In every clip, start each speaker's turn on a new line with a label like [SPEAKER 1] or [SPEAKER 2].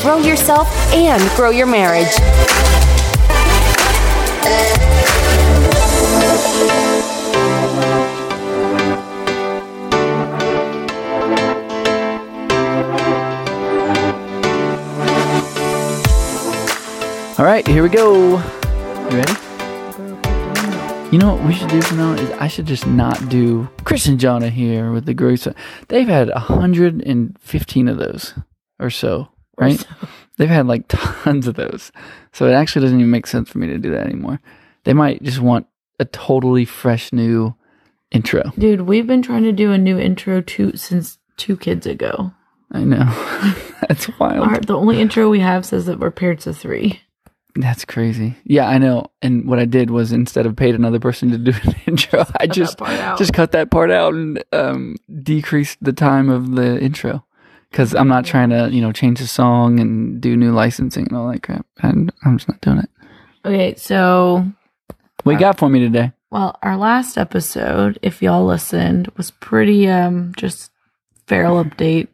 [SPEAKER 1] grow yourself and grow your marriage.
[SPEAKER 2] All right, here we go. You ready? You know what we should do from now on is I should just not do Chris and Jonna here with the group. They've had 115 of those or so, right? They've had like tons of those. So it actually doesn't even make sense for me to do that anymore. They might just want a totally fresh new intro.
[SPEAKER 3] Dude, we've been trying to do a new intro to since two kids ago.
[SPEAKER 2] I know. That's wild.
[SPEAKER 3] Our, the only intro we have says that we're paired to three.
[SPEAKER 2] That's crazy. Yeah, I know. And what I did was instead of paid another person to do an intro, I
[SPEAKER 3] that
[SPEAKER 2] just
[SPEAKER 3] part out.
[SPEAKER 2] just cut that part out and um, decreased the time of the intro because I'm not trying to you know change the song and do new licensing and all that crap. And I'm just not doing it.
[SPEAKER 3] Okay, so
[SPEAKER 2] What
[SPEAKER 3] Uh,
[SPEAKER 2] you got for me today?
[SPEAKER 3] well, our last episode, if y'all listened, was pretty um just feral update.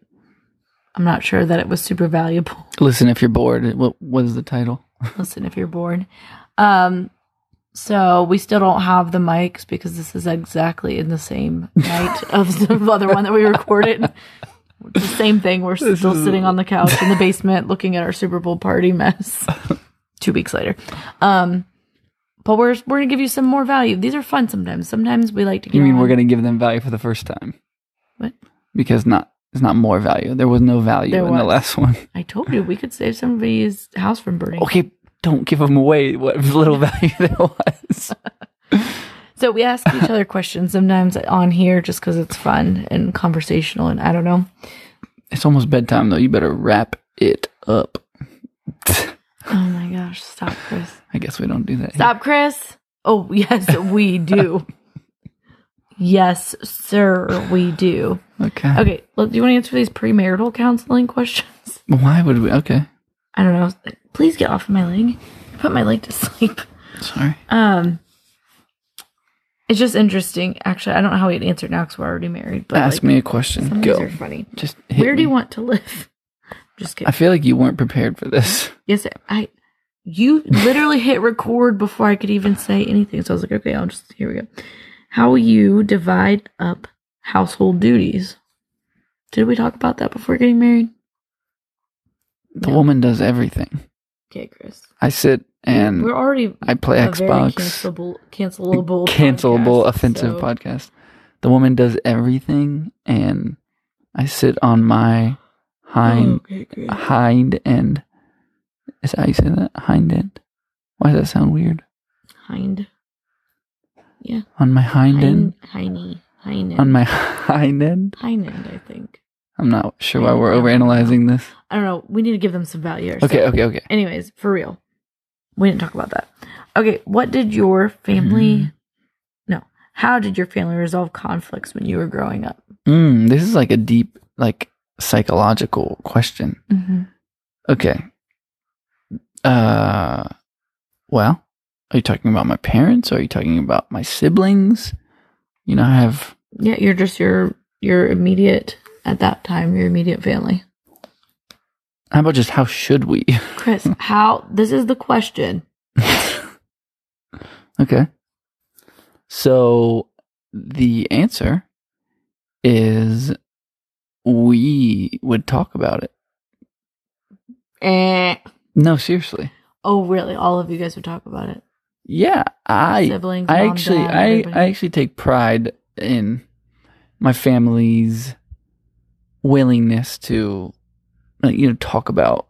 [SPEAKER 3] I'm not sure that it was super valuable.
[SPEAKER 2] Listen, if you're bored, what what is the title?
[SPEAKER 3] Listen if you're bored. Um so we still don't have the mics because this is exactly in the same night of the other one that we recorded. It's the same thing. We're still sitting on the couch in the basement looking at our Super Bowl party mess. Two weeks later. Um but we're we're gonna give you some more value. These are fun sometimes. Sometimes we like to get
[SPEAKER 2] You mean
[SPEAKER 3] on-
[SPEAKER 2] we're gonna give them value for the first time?
[SPEAKER 3] What?
[SPEAKER 2] Because not it's not more value. There was no value
[SPEAKER 3] There
[SPEAKER 2] in the
[SPEAKER 3] was.
[SPEAKER 2] last one.
[SPEAKER 3] I told you we could save somebody's house from burning.
[SPEAKER 2] Okay, don't give them away. What little value there was.
[SPEAKER 3] So we ask each other questions sometimes on here just because it's fun and conversational and I don't know.
[SPEAKER 2] It's almost bedtime though. You better wrap it up.
[SPEAKER 3] Oh my gosh, stop, Chris.
[SPEAKER 2] I guess we don't do that.
[SPEAKER 3] Stop, Chris. Oh, yes, we do. yes, sir, we do.
[SPEAKER 2] Okay.
[SPEAKER 3] Okay, look, do you want to answer these premarital counseling questions?
[SPEAKER 2] Why would we? Okay.
[SPEAKER 3] I don't know. Please get off my leg. Put my leg to sleep.
[SPEAKER 2] Sorry.
[SPEAKER 3] Um, it's just interesting. Actually, I don't know how we'd answer it now because we're already married. But
[SPEAKER 2] Ask
[SPEAKER 3] like,
[SPEAKER 2] me a
[SPEAKER 3] some
[SPEAKER 2] question.
[SPEAKER 3] of these
[SPEAKER 2] Go.
[SPEAKER 3] are funny.
[SPEAKER 2] Just hit
[SPEAKER 3] Where do you
[SPEAKER 2] me.
[SPEAKER 3] want to live?
[SPEAKER 2] I
[SPEAKER 3] Just kidding.
[SPEAKER 2] feel like you weren't prepared for this.
[SPEAKER 3] yes, I. You literally hit record before I could even say anything. So I was like, okay, I'll just here we go. How will you divide up household duties? Did we talk about that before getting married?
[SPEAKER 2] The
[SPEAKER 3] No.
[SPEAKER 2] woman does everything.
[SPEAKER 3] Okay, Chris.
[SPEAKER 2] I sit and
[SPEAKER 3] we're already
[SPEAKER 2] Hmm. I play
[SPEAKER 3] a very
[SPEAKER 2] Xbox.
[SPEAKER 3] cancelable, cancelable,
[SPEAKER 2] Cancelable
[SPEAKER 3] podcast,
[SPEAKER 2] offensive
[SPEAKER 3] so-
[SPEAKER 2] podcast. The woman does everything, and I sit on my hind
[SPEAKER 3] Oh, Okay, great.
[SPEAKER 2] hind end. Is that how you say that? Hind end. Why does that sound weird?
[SPEAKER 3] Hind. Yeah.
[SPEAKER 2] On my hind end.
[SPEAKER 3] Hind. Hiney. Hind.
[SPEAKER 2] On my hind end.
[SPEAKER 3] hind end, I think.
[SPEAKER 2] I'm not sure why we're
[SPEAKER 3] I don't
[SPEAKER 2] overanalyzing this.
[SPEAKER 3] I don't know. We need to give them some value. Or
[SPEAKER 2] Okay.
[SPEAKER 3] something.
[SPEAKER 2] Okay. Okay.
[SPEAKER 3] Anyways, for real, we didn't talk about that. Okay, what did your family?
[SPEAKER 2] Mm-hmm.
[SPEAKER 3] No, how did your family resolve conflicts when you were growing up?
[SPEAKER 2] Mm, this is like a deep, like psychological question.
[SPEAKER 3] Mm-hmm.
[SPEAKER 2] Okay. Uh, well, are you talking about my parents? Or are you talking about my siblings? You know, I have.
[SPEAKER 3] Yeah, you're just your your immediate at that time your immediate family.
[SPEAKER 2] How about just how should we?
[SPEAKER 3] Chris, how? This is the question.
[SPEAKER 2] okay. So the answer is we would talk about it.
[SPEAKER 3] Eh.
[SPEAKER 2] No, seriously.
[SPEAKER 3] Oh, really? All of you guys would talk about it.
[SPEAKER 2] Yeah, I
[SPEAKER 3] Siblings.
[SPEAKER 2] I
[SPEAKER 3] mom,
[SPEAKER 2] actually,
[SPEAKER 3] dad,
[SPEAKER 2] I,
[SPEAKER 3] everybody.
[SPEAKER 2] I actually take pride in my family's willingness to, uh, you know, talk about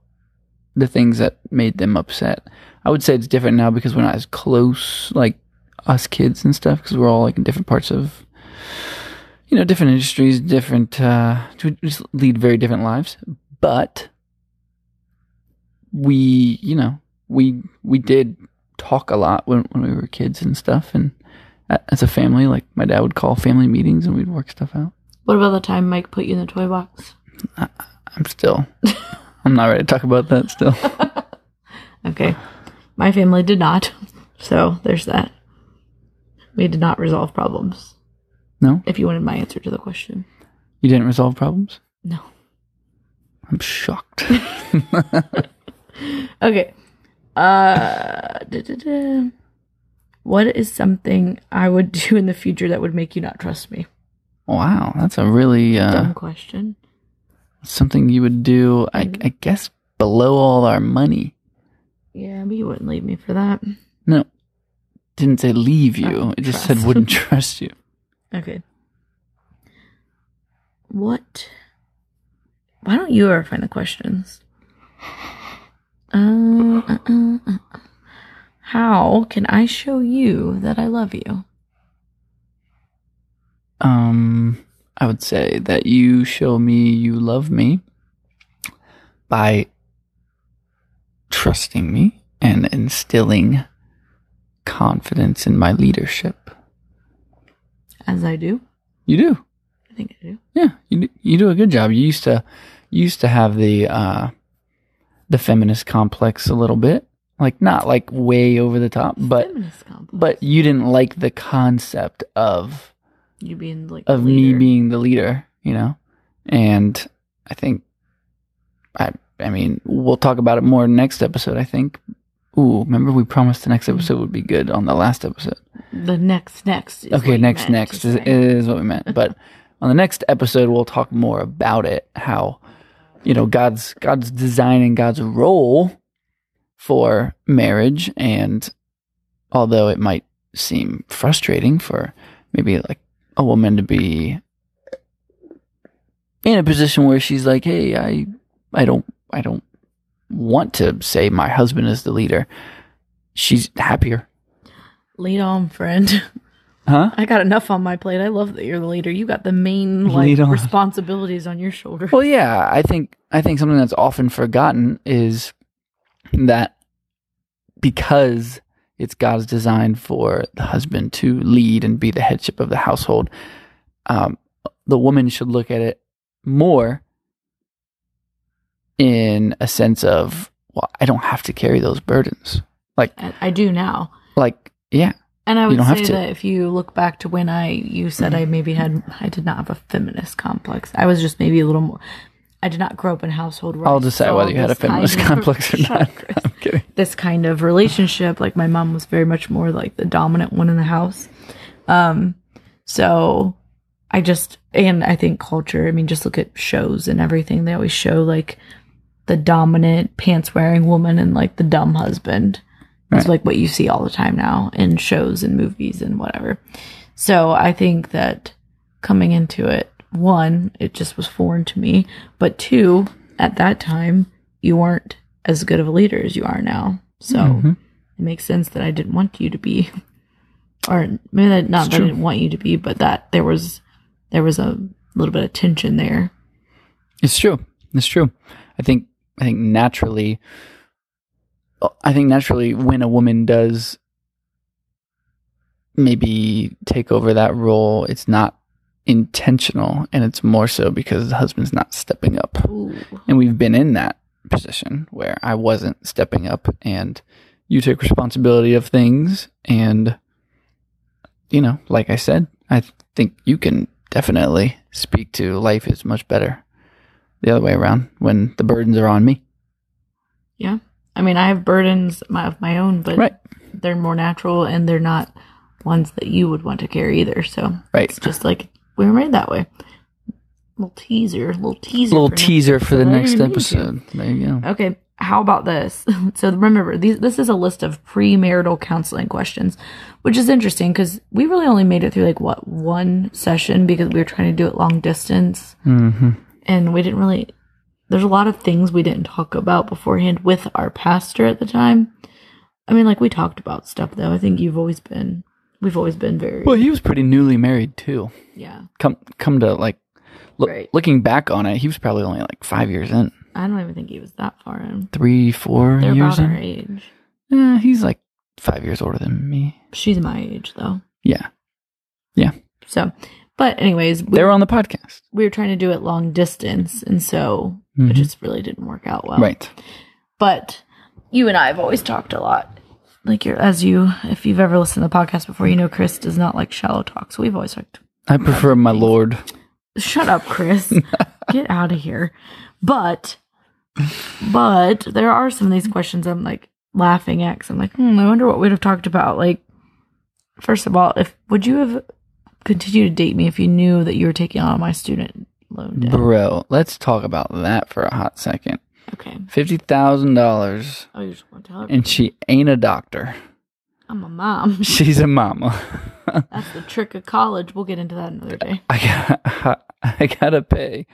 [SPEAKER 2] the things that made them upset. I would say it's different now because we're not as close, like us kids and stuff, because we're all like in different parts of, you know, different industries, different, uh, we just lead very different lives. But we, you know, we we did talk a lot when, when we were kids and stuff and a- as a family like my dad would call family meetings and we'd work stuff out
[SPEAKER 3] What about the time Mike put you in the toy box?
[SPEAKER 2] i'm still i'm not ready to talk about that still
[SPEAKER 3] Okay. My family did not. So there's that. We did not resolve problems.
[SPEAKER 2] no
[SPEAKER 3] If you wanted my answer to the question,
[SPEAKER 2] you didn't resolve problems
[SPEAKER 3] no.
[SPEAKER 2] I'm shocked.
[SPEAKER 3] Okay. Uh, duh, duh, duh. what is something I would do in the future that would make you not trust me?
[SPEAKER 2] wow, that's a really uh,
[SPEAKER 3] Dumb question.
[SPEAKER 2] something you would do. I, I guess below all our money.
[SPEAKER 3] Yeah, but you wouldn't leave me for that.
[SPEAKER 2] No, didn't say leave you.
[SPEAKER 3] Oh,
[SPEAKER 2] it just
[SPEAKER 3] trust.
[SPEAKER 2] said wouldn't trust you.
[SPEAKER 3] Okay. What? Why don't you ever find the questions? Uh, uh, uh, uh. How can I show you that I love you?
[SPEAKER 2] Um, I would say that you show me you love me by trusting me and instilling confidence in my leadership.
[SPEAKER 3] As I do.
[SPEAKER 2] You do,
[SPEAKER 3] I think I do.
[SPEAKER 2] yeah. You do- you do a good job. You used to you used to have the uh, the feminist complex a little bit, like not like way over the top, but
[SPEAKER 3] Feminist complex.
[SPEAKER 2] but you didn't like the concept of
[SPEAKER 3] you being like
[SPEAKER 2] of
[SPEAKER 3] the
[SPEAKER 2] me
[SPEAKER 3] leader.
[SPEAKER 2] being the leader, you know? And I think I I mean, we'll talk about it more next episode, I think. Ooh, remember we promised the next episode would be good on the last episode.
[SPEAKER 3] the next next. is what
[SPEAKER 2] okay,
[SPEAKER 3] you
[SPEAKER 2] next
[SPEAKER 3] meant
[SPEAKER 2] next
[SPEAKER 3] to
[SPEAKER 2] Uh, is,
[SPEAKER 3] say.
[SPEAKER 2] is what we meant. But on the next episode we'll talk more about it, how you know, God's God's design and God's role for marriage and although it might seem frustrating for maybe like a woman to be in a position where she's like, "Hey, I I don't I don't want to say my husband is the leader." She's happier.
[SPEAKER 3] Lead on, friend.
[SPEAKER 2] Huh?
[SPEAKER 3] I got enough on my plate. I love that you're the leader. You got the main like
[SPEAKER 2] Lead on.
[SPEAKER 3] responsibilities on your shoulders.
[SPEAKER 2] Well, yeah, I think I think something that's often forgotten is that because it's God's design for the husband to lead and be the headship of the household, um, the woman should look at it more in a sense of, well, I don't have to carry those burdens. Like,
[SPEAKER 3] I, I do now.
[SPEAKER 2] like, yeah,
[SPEAKER 3] And I
[SPEAKER 2] You
[SPEAKER 3] would
[SPEAKER 2] don't have
[SPEAKER 3] say
[SPEAKER 2] to.
[SPEAKER 3] that if you look back to when I you said I maybe had I did not have a feminist complex. I was just maybe a little more. I did not grow up in a household. Where I
[SPEAKER 2] I'll decide
[SPEAKER 3] saw
[SPEAKER 2] whether you had a
[SPEAKER 3] this kind
[SPEAKER 2] feminist
[SPEAKER 3] of-
[SPEAKER 2] complex or
[SPEAKER 3] Shut
[SPEAKER 2] not.
[SPEAKER 3] up, Chris.
[SPEAKER 2] I'm kidding.
[SPEAKER 3] this kind of relationship. Like my mom was very much more like the dominant one in the house. Um, so I just and I think culture. I mean, just look at shows and everything. They always show like the dominant pants wearing woman and like the dumb husband. It's like what you see all the time now in shows and movies and whatever. So I think that coming into it, one, it just was foreign to me, but two, at that time, you weren't as good of a leader as you are now. So it makes sense that I didn't want you to be, or maybe that, not that I didn't want you to be, but that there was there was a little bit of tension there.
[SPEAKER 2] It's true. It's true. I think I think naturally I think naturally when a woman does maybe take over that role, it's not intentional and it's more so because the husband's not stepping up.
[SPEAKER 3] Ooh.
[SPEAKER 2] And we've been in that position where I wasn't stepping up and you took responsibility of things and you know, like I said, I think you can definitely speak to life is much better the other way around when the burdens are on me.
[SPEAKER 3] Yeah, I mean, I have burdens my, of my own, but
[SPEAKER 2] Right.
[SPEAKER 3] they're more natural and they're not ones that you would want to carry either. So
[SPEAKER 2] Right.
[SPEAKER 3] it's just like we were made that way. Little teaser, little teaser,
[SPEAKER 2] Little
[SPEAKER 3] for next-
[SPEAKER 2] teaser for the
[SPEAKER 3] Whatever
[SPEAKER 2] next
[SPEAKER 3] you need to.
[SPEAKER 2] episode. There you go.
[SPEAKER 3] Okay, how about this? so remember, these, this is a list of premarital counseling questions, which is interesting because we really only made it through like what one session because we were trying to do it long distance, and we didn't really. There's a lot of things we didn't talk about beforehand with our pastor at the time. I mean, like we talked about stuff though. I think you've always been, we've always been very,
[SPEAKER 2] Well, he was pretty newly married too.
[SPEAKER 3] yeah.
[SPEAKER 2] Come come to like look
[SPEAKER 3] Right.
[SPEAKER 2] looking back on it, he was probably only like 5 years in.
[SPEAKER 3] I don't even think he was that far in.
[SPEAKER 2] 3 4
[SPEAKER 3] They're
[SPEAKER 2] years
[SPEAKER 3] about our
[SPEAKER 2] in.
[SPEAKER 3] age.
[SPEAKER 2] Eh, he's like 5 years older than me.
[SPEAKER 3] She's my age though.
[SPEAKER 2] Yeah.
[SPEAKER 3] So, but anyways, we
[SPEAKER 2] They were on the podcast.
[SPEAKER 3] we were trying to do it long distance and so it
[SPEAKER 2] Mhm.
[SPEAKER 3] just really didn't work out well
[SPEAKER 2] Right.
[SPEAKER 3] but you and i have always talked a lot like you're as you if you've ever listened to the podcast before you know chris does not like shallow talk so we've always talked
[SPEAKER 2] I prefer my lord.
[SPEAKER 3] shut up chris get out of here But, but there are some of these questions I'm like laughing at 'cause I'm like, hmm, I wonder what we'd have talked about. Like, first of all, if would you have continued to date me if you knew that you were taking on my student loan debt?
[SPEAKER 2] Bro, let's talk about that for a hot second.
[SPEAKER 3] Okay.
[SPEAKER 2] Fifty thousand dollars,
[SPEAKER 3] Oh, you just want to tell her
[SPEAKER 2] and she ain't a doctor.
[SPEAKER 3] I'm a mom.
[SPEAKER 2] She's a mama.
[SPEAKER 3] That's the trick of college. We'll get into that another day.
[SPEAKER 2] I got I gotta pay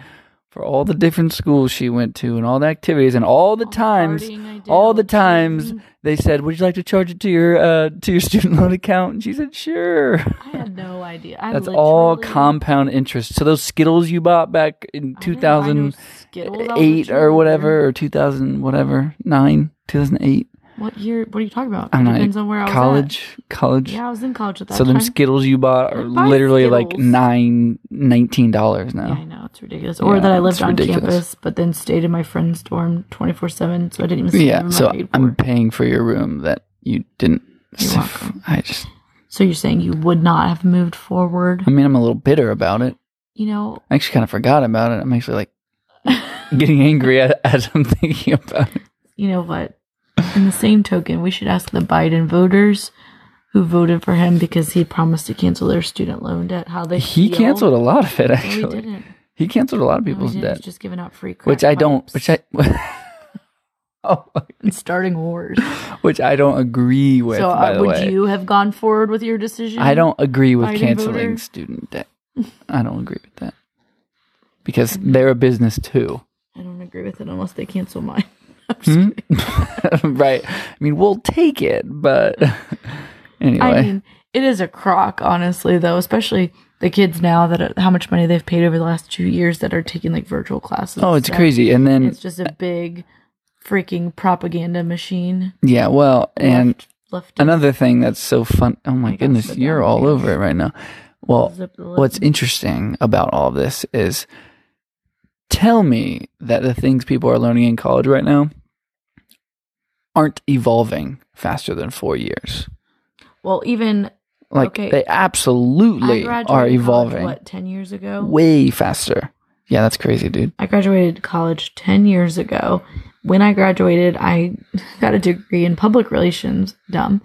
[SPEAKER 2] for all the different schools she went to and all the activities and all the
[SPEAKER 3] the
[SPEAKER 2] times
[SPEAKER 3] partying I did,
[SPEAKER 2] all
[SPEAKER 3] all
[SPEAKER 2] the
[SPEAKER 3] the
[SPEAKER 2] times
[SPEAKER 3] cheating.
[SPEAKER 2] they said, "Would you like to charge it to your uh, to your student loan account?" And she said, "Sure."
[SPEAKER 3] I had no idea. I
[SPEAKER 2] That's all
[SPEAKER 3] literally-
[SPEAKER 2] compound interest. So those Skittles you bought back in
[SPEAKER 3] I didn't buy no
[SPEAKER 2] two thousand
[SPEAKER 3] Skittles. I was a
[SPEAKER 2] eight or
[SPEAKER 3] cheerleader.
[SPEAKER 2] whatever, or two thousand whatever nine, two thousand eight.
[SPEAKER 3] What year? What are you talking about?
[SPEAKER 2] I'm
[SPEAKER 3] It
[SPEAKER 2] like
[SPEAKER 3] Depends on where I was. at.
[SPEAKER 2] college, college.
[SPEAKER 3] Yeah, I was in college at that
[SPEAKER 2] so
[SPEAKER 3] time.
[SPEAKER 2] them Skittles you bought are
[SPEAKER 3] I buy
[SPEAKER 2] literally like
[SPEAKER 3] Skittles.
[SPEAKER 2] nine, nineteen dollars now.
[SPEAKER 3] yeah, I know it's ridiculous. Or
[SPEAKER 2] Yeah,
[SPEAKER 3] that I
[SPEAKER 2] it's
[SPEAKER 3] lived on
[SPEAKER 2] ridiculous.
[SPEAKER 3] campus, but then stayed in my friend's dorm twenty four seven, so I didn't even. see
[SPEAKER 2] Yeah,
[SPEAKER 3] them
[SPEAKER 2] so
[SPEAKER 3] paid
[SPEAKER 2] I'm
[SPEAKER 3] for.
[SPEAKER 2] paying for your room that you didn't.
[SPEAKER 3] You're
[SPEAKER 2] so
[SPEAKER 3] welcome.
[SPEAKER 2] I just,
[SPEAKER 3] So you're saying you would not have moved forward?
[SPEAKER 2] I mean, I'm a little bitter about it.
[SPEAKER 3] You know,
[SPEAKER 2] I actually kind of forgot about it. I'm actually like getting angry at, as I'm thinking about it.
[SPEAKER 3] you know what? In the same token, we should ask the Biden voters who voted for him because he promised to cancel their student loan debt. How they
[SPEAKER 2] He
[SPEAKER 3] feel.
[SPEAKER 2] canceled a lot of it,
[SPEAKER 3] No, he
[SPEAKER 2] actually.
[SPEAKER 3] didn't.
[SPEAKER 2] he canceled a lot of
[SPEAKER 3] No, Oh, he
[SPEAKER 2] people's
[SPEAKER 3] didn't.
[SPEAKER 2] debt,
[SPEAKER 3] He's just giving out free crap
[SPEAKER 2] which I don't,
[SPEAKER 3] pipes
[SPEAKER 2] which I, oh,
[SPEAKER 3] and starting wars.
[SPEAKER 2] which I don't agree with.
[SPEAKER 3] so
[SPEAKER 2] by
[SPEAKER 3] uh,
[SPEAKER 2] the
[SPEAKER 3] would
[SPEAKER 2] way,
[SPEAKER 3] you have gone forward with your decision?
[SPEAKER 2] I don't agree with
[SPEAKER 3] Biden
[SPEAKER 2] canceling
[SPEAKER 3] voter?
[SPEAKER 2] student debt. I don't agree with that because they're a business too.
[SPEAKER 3] I don't agree with it unless they cancel mine.
[SPEAKER 2] right. I mean, we'll take it, but anyway.
[SPEAKER 3] I mean, it is a crock, honestly, though, especially the kids now that are, how much money they've paid over the last two years that are taking like virtual classes.
[SPEAKER 2] oh,
[SPEAKER 3] and
[SPEAKER 2] it's
[SPEAKER 3] stuff.
[SPEAKER 2] crazy. And then,
[SPEAKER 3] It's just a big freaking propaganda machine.
[SPEAKER 2] yeah, well, and
[SPEAKER 3] left, left
[SPEAKER 2] another thing that's so fun. Oh my
[SPEAKER 3] That's
[SPEAKER 2] goodness,
[SPEAKER 3] the
[SPEAKER 2] you're
[SPEAKER 3] dumb
[SPEAKER 2] all
[SPEAKER 3] thing.
[SPEAKER 2] over it right now. Well,
[SPEAKER 3] Zip the lip.
[SPEAKER 2] what's interesting about all of this is tell me that the things people are learning in college right now aren't evolving faster than four years.
[SPEAKER 3] well, even
[SPEAKER 2] Like,
[SPEAKER 3] Okay.
[SPEAKER 2] they absolutely
[SPEAKER 3] I graduated
[SPEAKER 2] are
[SPEAKER 3] college,
[SPEAKER 2] evolving
[SPEAKER 3] what ten years ago.
[SPEAKER 2] way faster. Yeah, that's crazy, dude.
[SPEAKER 3] I graduated college 10 years ago. When I graduated, I got a degree in public relations, dumb,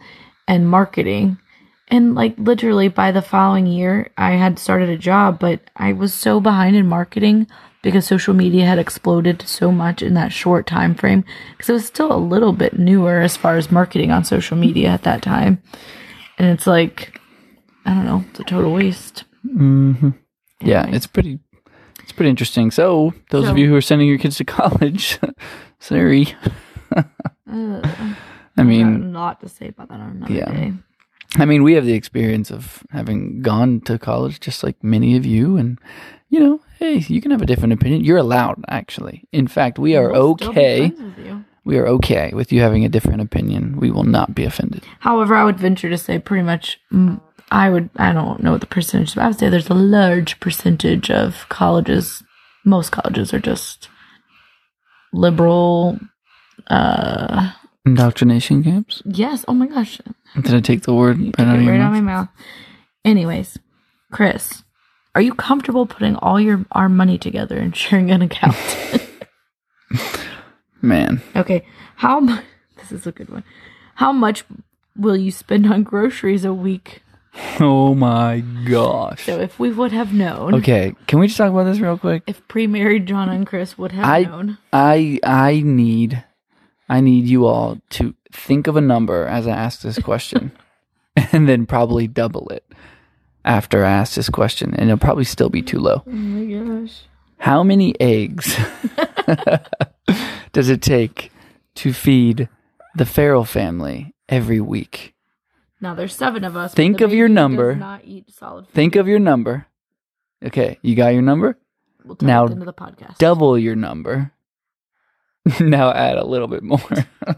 [SPEAKER 3] and marketing. And like literally by the following year, I had started a job, but I was so behind in marketing because social media had exploded so much in that short time frame because it was still a little bit newer as far as marketing on social media at that time. And it's like I don't know, it's a total waste.
[SPEAKER 2] Yeah, it's pretty. It's pretty interesting. So, those of
[SPEAKER 3] So-
[SPEAKER 2] you who are sending your kids to college, sorry.
[SPEAKER 3] Uh,
[SPEAKER 2] I
[SPEAKER 3] Got
[SPEAKER 2] mean,
[SPEAKER 3] a lot to say about that on another
[SPEAKER 2] Yeah.
[SPEAKER 3] day.
[SPEAKER 2] I mean, we have the experience of having gone to college, just like many of you, and you know, hey, you can have a different opinion. You're allowed, actually. In fact, we are
[SPEAKER 3] We'll still be
[SPEAKER 2] okay.
[SPEAKER 3] friends with you.
[SPEAKER 2] We are okay with you having a different opinion. We will not be offended.
[SPEAKER 3] However, I would venture to say pretty much, mm, I would, I don't know what the percentage, but I would say there's a large percentage of colleges, most colleges are just liberal.
[SPEAKER 2] Indoctrination camps.
[SPEAKER 3] Yes. Oh my gosh.
[SPEAKER 2] Did I take the word right
[SPEAKER 3] Took
[SPEAKER 2] out of
[SPEAKER 3] it
[SPEAKER 2] your
[SPEAKER 3] right out
[SPEAKER 2] mouth?
[SPEAKER 3] of my mouth. Anyways, Chris, are you comfortable putting all your our money together and sharing an account?
[SPEAKER 2] Man,
[SPEAKER 3] okay. How much, this is a good one. How much will you spend on groceries a week?
[SPEAKER 2] oh my gosh.
[SPEAKER 3] So if we would have known.
[SPEAKER 2] Okay, can we just talk about this real quick?
[SPEAKER 3] if pre-married John and Chris would have
[SPEAKER 2] I-
[SPEAKER 3] known.
[SPEAKER 2] I I need I need you all to think of a number as I ask this question and then probably double it after I ask this question and it'll probably still be too low.
[SPEAKER 3] Oh my gosh.
[SPEAKER 2] How many eggs does it take to feed the Farrell family every week?
[SPEAKER 3] Now there's seven of us. but
[SPEAKER 2] Think
[SPEAKER 3] the
[SPEAKER 2] of your
[SPEAKER 3] baby
[SPEAKER 2] number.
[SPEAKER 3] Does not eat solid food.
[SPEAKER 2] Think of your number. Okay, you got your number?
[SPEAKER 3] We'll tell
[SPEAKER 2] now
[SPEAKER 3] it at the end of the podcast.
[SPEAKER 2] double your number. now add a little bit more.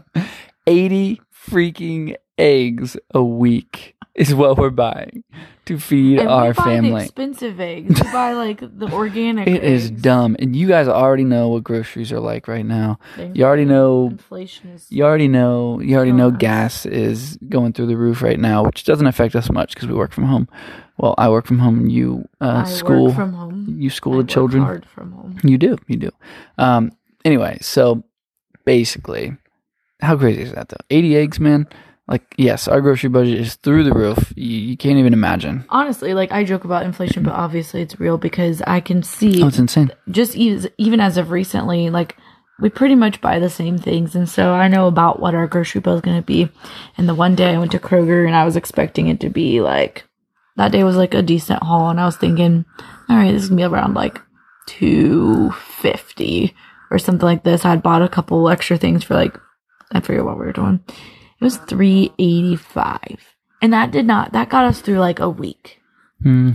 [SPEAKER 2] 80 freaking eggs a week is what we're buying to feed
[SPEAKER 3] And we
[SPEAKER 2] our
[SPEAKER 3] buy The
[SPEAKER 2] family.
[SPEAKER 3] expensive eggs. We buy like the organic.
[SPEAKER 2] It is
[SPEAKER 3] eggs.
[SPEAKER 2] dumb. And you guys already know what groceries are like right now.
[SPEAKER 3] They're-
[SPEAKER 2] You already know
[SPEAKER 3] Inflation is.
[SPEAKER 2] you already know you already know
[SPEAKER 3] Gas.
[SPEAKER 2] gas is going through the roof right now, which doesn't affect us much because we work from home. Well, I work from home, you uh
[SPEAKER 3] I
[SPEAKER 2] school
[SPEAKER 3] work from home.
[SPEAKER 2] you
[SPEAKER 3] I
[SPEAKER 2] school the
[SPEAKER 3] work
[SPEAKER 2] children.
[SPEAKER 3] hard from home.
[SPEAKER 2] You do, you do. Um, Anyway, so basically, how crazy is that though? 80 eggs, man. Like, yes, our grocery budget is through the roof. You, you can't even imagine.
[SPEAKER 3] Honestly, like I joke about inflation, but obviously it's real because I can see
[SPEAKER 2] Oh, it's insane.
[SPEAKER 3] just e- even as of recently, like we pretty much buy the same things, and so I know about what our grocery bill is going to be. And the one day I went to Kroger, and I was expecting it to be like that day was like a decent haul, and I was thinking, all right, this is gonna be around like two fifty or something like this. I had bought a couple extra things for like I forget what we were doing. It was three eighty five, and that did not that got us through like a week.
[SPEAKER 2] hmm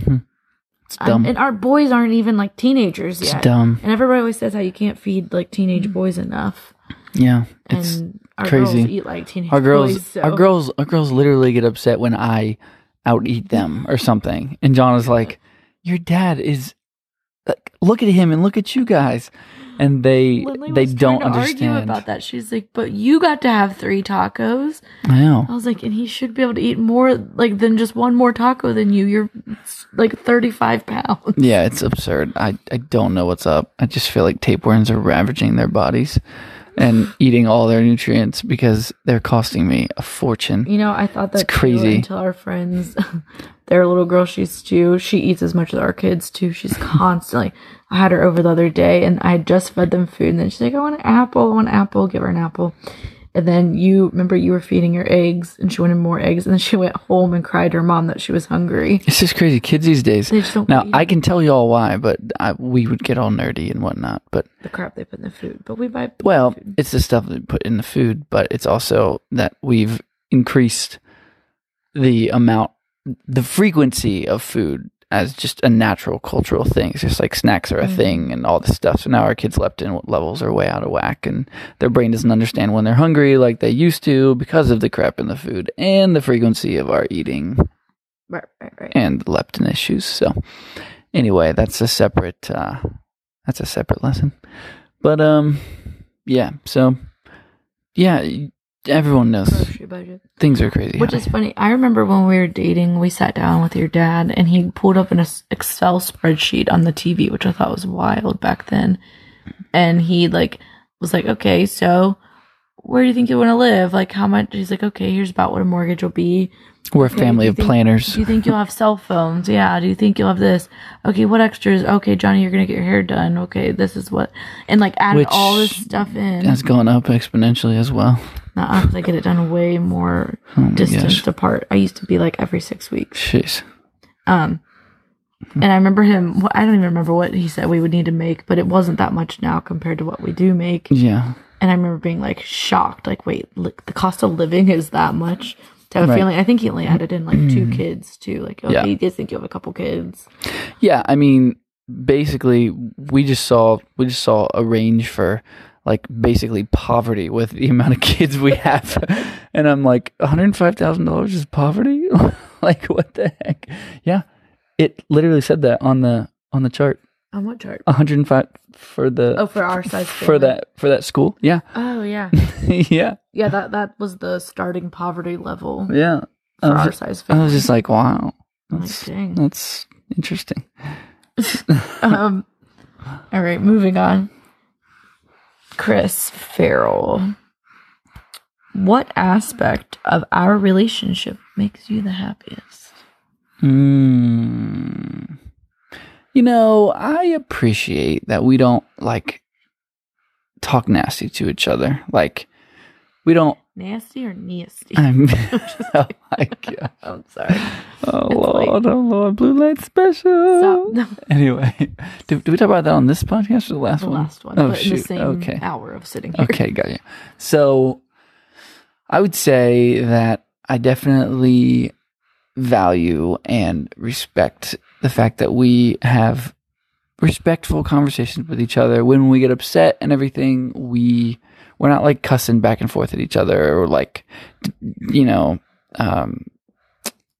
[SPEAKER 2] It's
[SPEAKER 3] Um,
[SPEAKER 2] dumb.
[SPEAKER 3] and our boys aren't even like teenagers
[SPEAKER 2] it's
[SPEAKER 3] yet.
[SPEAKER 2] dumb.
[SPEAKER 3] And everybody always says how you can't feed like teenage boys enough,
[SPEAKER 2] Yeah. Mm. It's
[SPEAKER 3] and our
[SPEAKER 2] crazy.
[SPEAKER 3] girls eat like teenage
[SPEAKER 2] our girls.
[SPEAKER 3] boys. So.
[SPEAKER 2] Our girls. Our girls literally get upset when I out eat them or something. And John is like, "Your dad is. like, Look at him and look at you guys." And they
[SPEAKER 3] Lindley
[SPEAKER 2] they
[SPEAKER 3] was
[SPEAKER 2] don't
[SPEAKER 3] trying to Argue
[SPEAKER 2] understand.
[SPEAKER 3] about that. She's like, "But you got to have three tacos."
[SPEAKER 2] I know.
[SPEAKER 3] I was like, "And he should be able to eat more like than just one more taco than you. You're like 35 pounds."
[SPEAKER 2] Yeah, it's absurd. I, I don't know what's up. I just feel like tapeworms are ravaging their bodies and eating all their nutrients because they're costing me a fortune.
[SPEAKER 3] You know, I thought that's
[SPEAKER 2] crazy.
[SPEAKER 3] until our friends, their little girl, she's two. She eats as much as our kids too. She's constantly. I had her over the other day, and I had just fed them food, and then she's like, "I want an apple. I want an apple. Give her an apple." And then you remember you were feeding her eggs, and she wanted more eggs, and then she went home and cried to her mom that she was hungry.
[SPEAKER 2] It's just crazy. Kids these days.
[SPEAKER 3] They just don't
[SPEAKER 2] Now,
[SPEAKER 3] eat
[SPEAKER 2] I can tell y'all why, but I, we would get all nerdy and whatnot. But,
[SPEAKER 3] the crap they put in the food, but we buy.
[SPEAKER 2] well, it's the stuff that we put in the food, but it's also that we've increased the amount, the frequency of food as just a natural cultural thing. It's just like snacks are a thing and all this stuff. So now our kids' leptin levels are way out of whack and their brain doesn't understand when they're hungry like they used to because of the crap in the food and the frequency of our eating
[SPEAKER 3] Right, right, right.
[SPEAKER 2] and the leptin issues. So anyway, that's a separate uh, that's a separate lesson. But um, yeah. So yeah, everyone knows
[SPEAKER 3] Grocery budget.
[SPEAKER 2] things are crazy.
[SPEAKER 3] Which is funny. I remember when we were dating, we sat down with your dad, and he pulled up an es- Excel spreadsheet on the TV, which I thought was wild back then. And he like was like, "Okay, so where do you think you want to live? Like, how much?" He's like, "Okay, here's about what a mortgage will be.
[SPEAKER 2] We're a family
[SPEAKER 3] do you
[SPEAKER 2] of
[SPEAKER 3] think-
[SPEAKER 2] planners.
[SPEAKER 3] Do you think you'll have cell phones? Yeah. Do you think you'll have this? Okay, what extras? Okay, Johnny, you're gonna get your hair done. Okay, this is what, and like added
[SPEAKER 2] Which
[SPEAKER 3] all this stuff in.
[SPEAKER 2] That's gone up exponentially as well.
[SPEAKER 3] Not I get it done way more
[SPEAKER 2] Oh my
[SPEAKER 3] distanced
[SPEAKER 2] gosh.
[SPEAKER 3] apart. I used to be like every six weeks.
[SPEAKER 2] Jeez.
[SPEAKER 3] Um, and I remember him. I don't even remember what he said we would need to make, but it wasn't that much now compared to what we do make.
[SPEAKER 2] Yeah.
[SPEAKER 3] And I remember being like shocked, like, wait, look, the cost of living is that much. To have a
[SPEAKER 2] Right. Mm.
[SPEAKER 3] family, I think he only added in like two kids too. Like, okay,
[SPEAKER 2] Yeah.
[SPEAKER 3] you guys think you have a couple kids?
[SPEAKER 2] Yeah, I mean, basically, we just saw we just saw a range for like basically poverty with the amount of kids we have, and I'm like, one hundred five thousand dollars is poverty? like, what the heck? Yeah, it literally said that on the on the chart.
[SPEAKER 3] On what chart?
[SPEAKER 2] One hundred five for the
[SPEAKER 3] Oh, for our size.
[SPEAKER 2] for
[SPEAKER 3] family.
[SPEAKER 2] that for that school. Yeah,
[SPEAKER 3] Oh yeah,
[SPEAKER 2] yeah,
[SPEAKER 3] yeah. That that was the starting poverty level for
[SPEAKER 2] yeah. I
[SPEAKER 3] our
[SPEAKER 2] was,
[SPEAKER 3] size
[SPEAKER 2] I
[SPEAKER 3] family.
[SPEAKER 2] was just like, wow,
[SPEAKER 3] Like,
[SPEAKER 2] that's
[SPEAKER 3] dang.
[SPEAKER 2] that's interesting.
[SPEAKER 3] Um, all right, moving on. Chris Farrell. What aspect of our relationship makes you the happiest?
[SPEAKER 2] Mm. You know, I appreciate that we don't like talk nasty to each other. Like we don't.
[SPEAKER 3] Nasty or nasty?
[SPEAKER 2] I'm. oh my god!
[SPEAKER 3] oh, sorry.
[SPEAKER 2] Oh
[SPEAKER 3] It's like-
[SPEAKER 2] lord! oh lord! Blue light special.
[SPEAKER 3] So, no,
[SPEAKER 2] Anyway, do, do we talk about that on this podcast or the last
[SPEAKER 3] the
[SPEAKER 2] one?
[SPEAKER 3] last one,
[SPEAKER 2] Oh
[SPEAKER 3] but
[SPEAKER 2] shoot!
[SPEAKER 3] in the same
[SPEAKER 2] okay.
[SPEAKER 3] hour of sitting here.
[SPEAKER 2] Okay, got you. So I would say that I definitely value and respect the fact that we have respectful conversations with each other. When we get upset and everything, we we're not like cussing back and forth at each other or like d- you know, um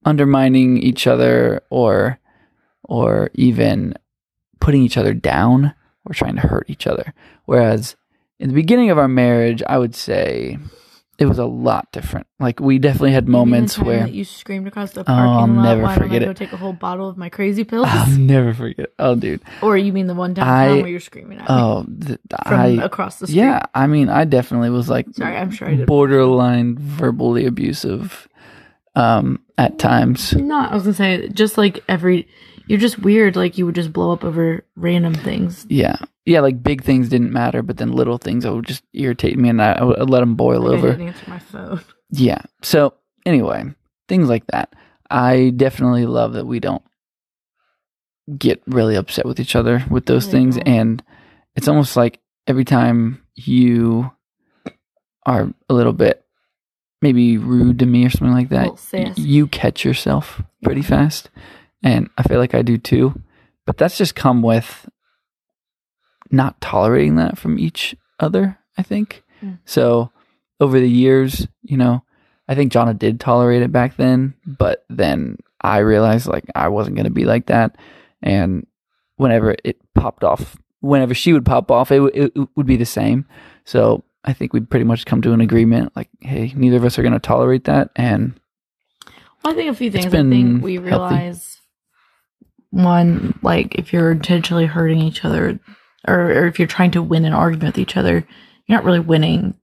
[SPEAKER 2] undermining each other or or even putting each other down or trying to hurt each other. Whereas in the beginning of our marriage, I would say it was a lot different. Like we definitely had moments
[SPEAKER 3] time
[SPEAKER 2] where Oh,
[SPEAKER 3] that you screamed across the
[SPEAKER 2] I'll
[SPEAKER 3] parking lot.
[SPEAKER 2] never
[SPEAKER 3] Why
[SPEAKER 2] forget
[SPEAKER 3] don't I go
[SPEAKER 2] it.
[SPEAKER 3] take a whole bottle of my crazy pills?
[SPEAKER 2] I'll never forget. Oh, dude.
[SPEAKER 3] or you mean the one
[SPEAKER 2] I-
[SPEAKER 3] downtown where you're screaming at me
[SPEAKER 2] Oh, th-
[SPEAKER 3] from
[SPEAKER 2] I.
[SPEAKER 3] across the street?
[SPEAKER 2] Yeah, I mean, I definitely was like
[SPEAKER 3] Sorry, I'm sure I did.
[SPEAKER 2] borderline verbally abusive um, at times.
[SPEAKER 3] Not. I was gonna say just like every. You're just weird. Like you would just blow up over random things.
[SPEAKER 2] Yeah, yeah, like big things didn't matter, but then little things that would just irritate me, and I, I would I'd let them boil
[SPEAKER 3] Like, I
[SPEAKER 2] over.
[SPEAKER 3] didn't answer my phone.
[SPEAKER 2] Yeah. So anyway, things like that. I definitely love that we don't get really upset with each other with those
[SPEAKER 3] Yeah.
[SPEAKER 2] things, and it's almost like every time you are a little bit maybe rude to me or something like that,
[SPEAKER 3] Well, sassy.
[SPEAKER 2] you catch yourself pretty
[SPEAKER 3] Yeah.
[SPEAKER 2] fast, and I feel like I do too. But that's just come with not tolerating that from each other. I think
[SPEAKER 3] Mm.
[SPEAKER 2] so. Over the years, you know, I think Jonna did tolerate it back then, but then I realized like I wasn't going to be like that. And whenever it popped off, whenever she would pop off, it, w- it, it would be the same. So I think we pretty much come to an agreement like, hey, neither of us are going to tolerate that. And
[SPEAKER 3] Well, I think a few things. I
[SPEAKER 2] been
[SPEAKER 3] think we
[SPEAKER 2] healthy.
[SPEAKER 3] realize one, like if you're intentionally hurting each other, or, or if you're trying to win an argument with each other, you're not really winning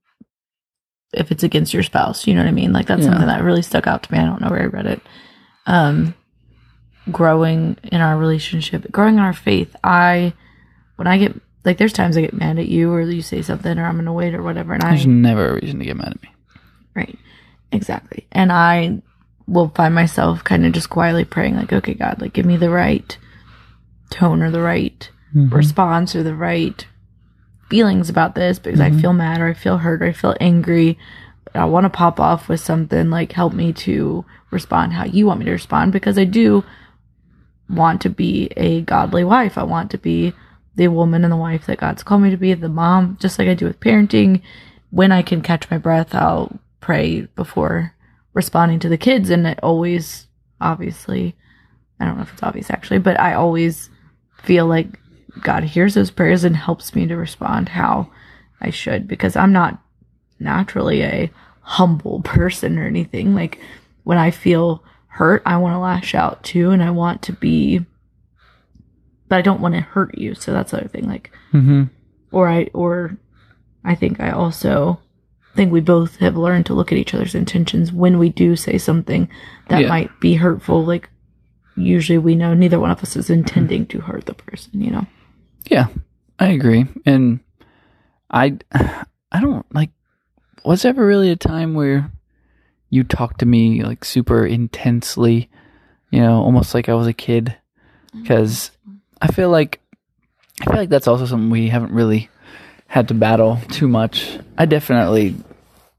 [SPEAKER 3] if it's against your spouse. You know what I mean? Like that's
[SPEAKER 2] Yeah.
[SPEAKER 3] something that really stuck out to me. I don't know where I read it. Um, growing in our relationship, growing in our faith. I when I get like there's times I get mad at you or you say something or I'm annoyed or whatever, and I
[SPEAKER 2] there's never a reason to get mad at me.
[SPEAKER 3] Right. Exactly. And I will find myself kind of just quietly praying, like, okay, God, like, give me the right tone or the right response or the right feelings about this because I feel mad or I feel hurt or I feel angry. I want to pop off with something, like, help me to respond how you want me to respond because I do want to be a godly wife. I want to be the woman and the wife that God's called me to be, the mom, just like I do with parenting. When I can catch my breath, I'll pray before responding to the kids. And it always, obviously, I don't know if it's obvious actually, but I always feel like God hears those prayers and helps me to respond how I should because I'm not naturally a humble person or anything. Like when I feel hurt, I want to lash out too and I want to be but I don't want to hurt you. So that's the other thing. Like
[SPEAKER 2] Mm-hmm.
[SPEAKER 3] or I or I think I also think we both have learned to look at each other's intentions when we do say something that
[SPEAKER 2] Yeah.
[SPEAKER 3] might be hurtful. Like usually we know neither one of us is intending to hurt the person, you know.
[SPEAKER 2] Yeah, I agree. And I, I don't like. Was ever really a time where you talked to me like super intensely? You know, almost like I was a kid. Because I feel like I feel like that's also something we haven't really had to battle too much. I definitely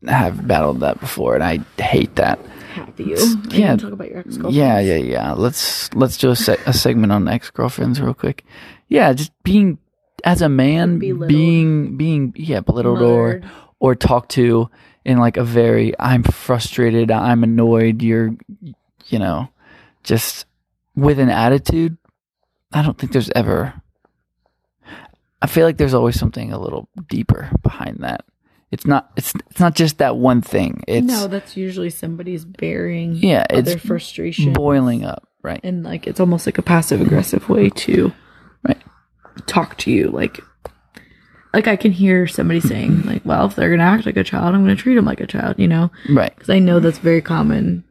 [SPEAKER 2] have battled that before, and I hate that.
[SPEAKER 3] Have you?
[SPEAKER 2] Are you yeah. gonna talk
[SPEAKER 3] about your ex
[SPEAKER 2] Yeah, yeah, yeah. Let's let's do a, se- a segment on ex girlfriends real quick. Yeah, just being as a man,
[SPEAKER 3] Belittled.
[SPEAKER 2] being being yeah belittled
[SPEAKER 3] Mothered.
[SPEAKER 2] or or talked to in like a very I'm frustrated, I'm annoyed. You're you know just with an attitude. I don't think there's ever. I feel like there's always something a little deeper behind that. It's not. It's it's not just that one thing. It's
[SPEAKER 3] No, that's usually somebody's burying
[SPEAKER 2] Yeah, it's
[SPEAKER 3] other frustration.
[SPEAKER 2] boiling up, right?
[SPEAKER 3] and like it's almost like a passive aggressive way to
[SPEAKER 2] Right.
[SPEAKER 3] talk to you like like i can hear somebody saying like well if they're gonna act like a child i'm gonna treat them like a child you know
[SPEAKER 2] Right.
[SPEAKER 3] because i know that's very common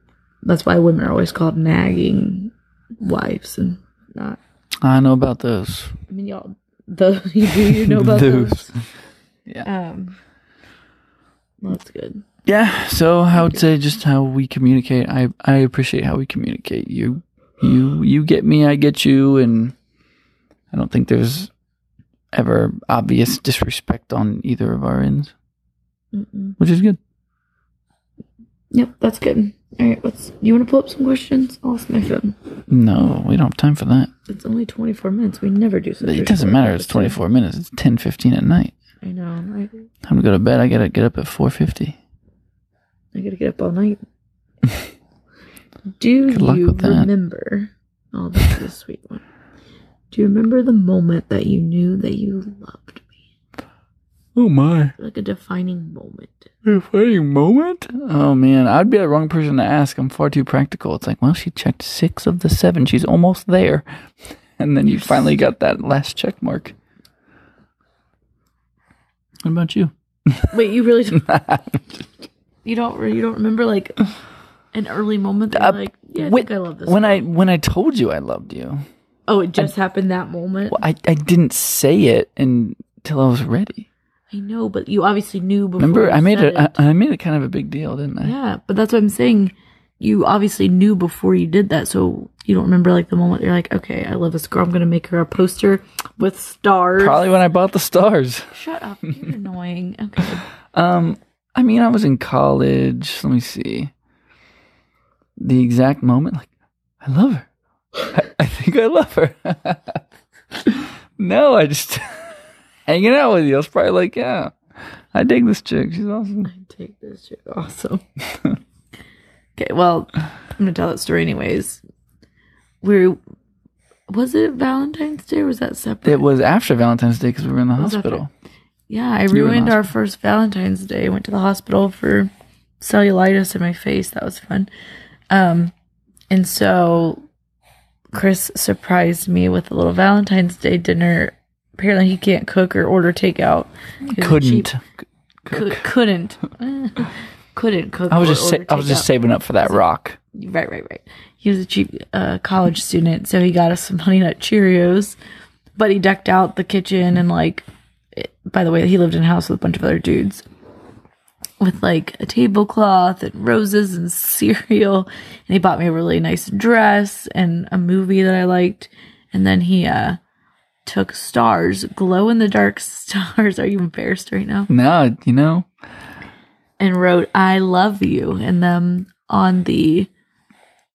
[SPEAKER 3] that's why women are always called nagging wives and not
[SPEAKER 2] I know about those.
[SPEAKER 3] i mean y'all though you do you know about
[SPEAKER 2] Those.
[SPEAKER 3] those,
[SPEAKER 2] Yeah.
[SPEAKER 3] um well, that's good
[SPEAKER 2] Yeah. So I would say just how we communicate. I I appreciate how we communicate. You you you get me, I get you, and I don't think there's ever obvious disrespect on either of our ends,
[SPEAKER 3] Mm-mm.
[SPEAKER 2] which is good.
[SPEAKER 3] yep that's good all right what's you want to pull up some questions i lost my phone
[SPEAKER 2] No, we don't have time for that.
[SPEAKER 3] it's only 24 minutes we never do such a
[SPEAKER 2] It doesn't
[SPEAKER 3] short
[SPEAKER 2] matter. It's
[SPEAKER 3] episode.
[SPEAKER 2] 24 minutes. It's 10:15 at night.
[SPEAKER 3] I know. I,
[SPEAKER 2] Time to go to bed. I gotta get up at 4:50.
[SPEAKER 3] I gotta get up all night. Do
[SPEAKER 2] Good luck
[SPEAKER 3] you
[SPEAKER 2] with that.
[SPEAKER 3] remember? Oh, that's a sweet one. Do you remember the moment that you knew that you loved me?
[SPEAKER 2] Oh my.
[SPEAKER 3] Like a defining moment.
[SPEAKER 2] Defining moment? Oh man, I'd be the wrong person to ask. I'm far too practical. It's like, well, she checked six of the seven. She's almost there. And then you finally got that last check mark. What about you?
[SPEAKER 3] Wait, you really don't, you don't re- you don't remember like an early moment that you're like yeah, I
[SPEAKER 2] when,
[SPEAKER 3] think I love this.
[SPEAKER 2] Uh, when I when I told you I loved you,
[SPEAKER 3] oh, it just happened that moment.
[SPEAKER 2] well, I I didn't say it until I was ready.
[SPEAKER 3] I know, but you obviously knew before.
[SPEAKER 2] Remember,
[SPEAKER 3] you
[SPEAKER 2] I made
[SPEAKER 3] said
[SPEAKER 2] it. I, I made it kind of a big deal, didn't I?
[SPEAKER 3] yeah, but that's what I'm saying. You obviously knew before you did that, so you don't remember like the moment you're like, okay, I love this girl. I'm gonna make her a poster with stars.
[SPEAKER 2] Probably when I bought the stars.
[SPEAKER 3] Shut up! You're annoying. Okay,
[SPEAKER 2] Um, I mean, I was in college. Let me see. The exact moment, like, I love her. I, I think I love her. no, I just hanging out with you. I was probably like, yeah, I dig this chick. She's awesome.
[SPEAKER 3] I take this shit. Awesome. okay, well, I'm gonna tell that story anyways. We was it Valentine's Day or was that separate?
[SPEAKER 2] It was after Valentine's Day because we were in the
[SPEAKER 3] was after-
[SPEAKER 2] hospital.
[SPEAKER 3] Yeah, I
[SPEAKER 2] were in
[SPEAKER 3] ruined our first Valentine's Day. Went to the hospital for cellulitis in my face. That was fun. Um, and so Chris surprised me with a little Valentine's Day dinner. Apparently, he can't cook or order takeout. He's a cheap-
[SPEAKER 2] Couldn't.
[SPEAKER 3] cou- couldn't, couldn't cook.
[SPEAKER 2] I was
[SPEAKER 3] or
[SPEAKER 2] just sa-
[SPEAKER 3] order
[SPEAKER 2] I was just
[SPEAKER 3] takeout.
[SPEAKER 2] saving up for that rock.
[SPEAKER 3] Right, right, right. He was a cheap uh, college student, so he got us some Honey Nut Cheerios, but he decked out the kitchen and like. It, by the way, he lived in a house with a bunch of other dudes, with like a tablecloth and roses and cereal, and he bought me a really nice dress and a movie that I liked, and then he uh took stars, glow in the dark stars. Are you embarrassed right now?
[SPEAKER 2] No, you know,
[SPEAKER 3] and wrote "I love you" and them on the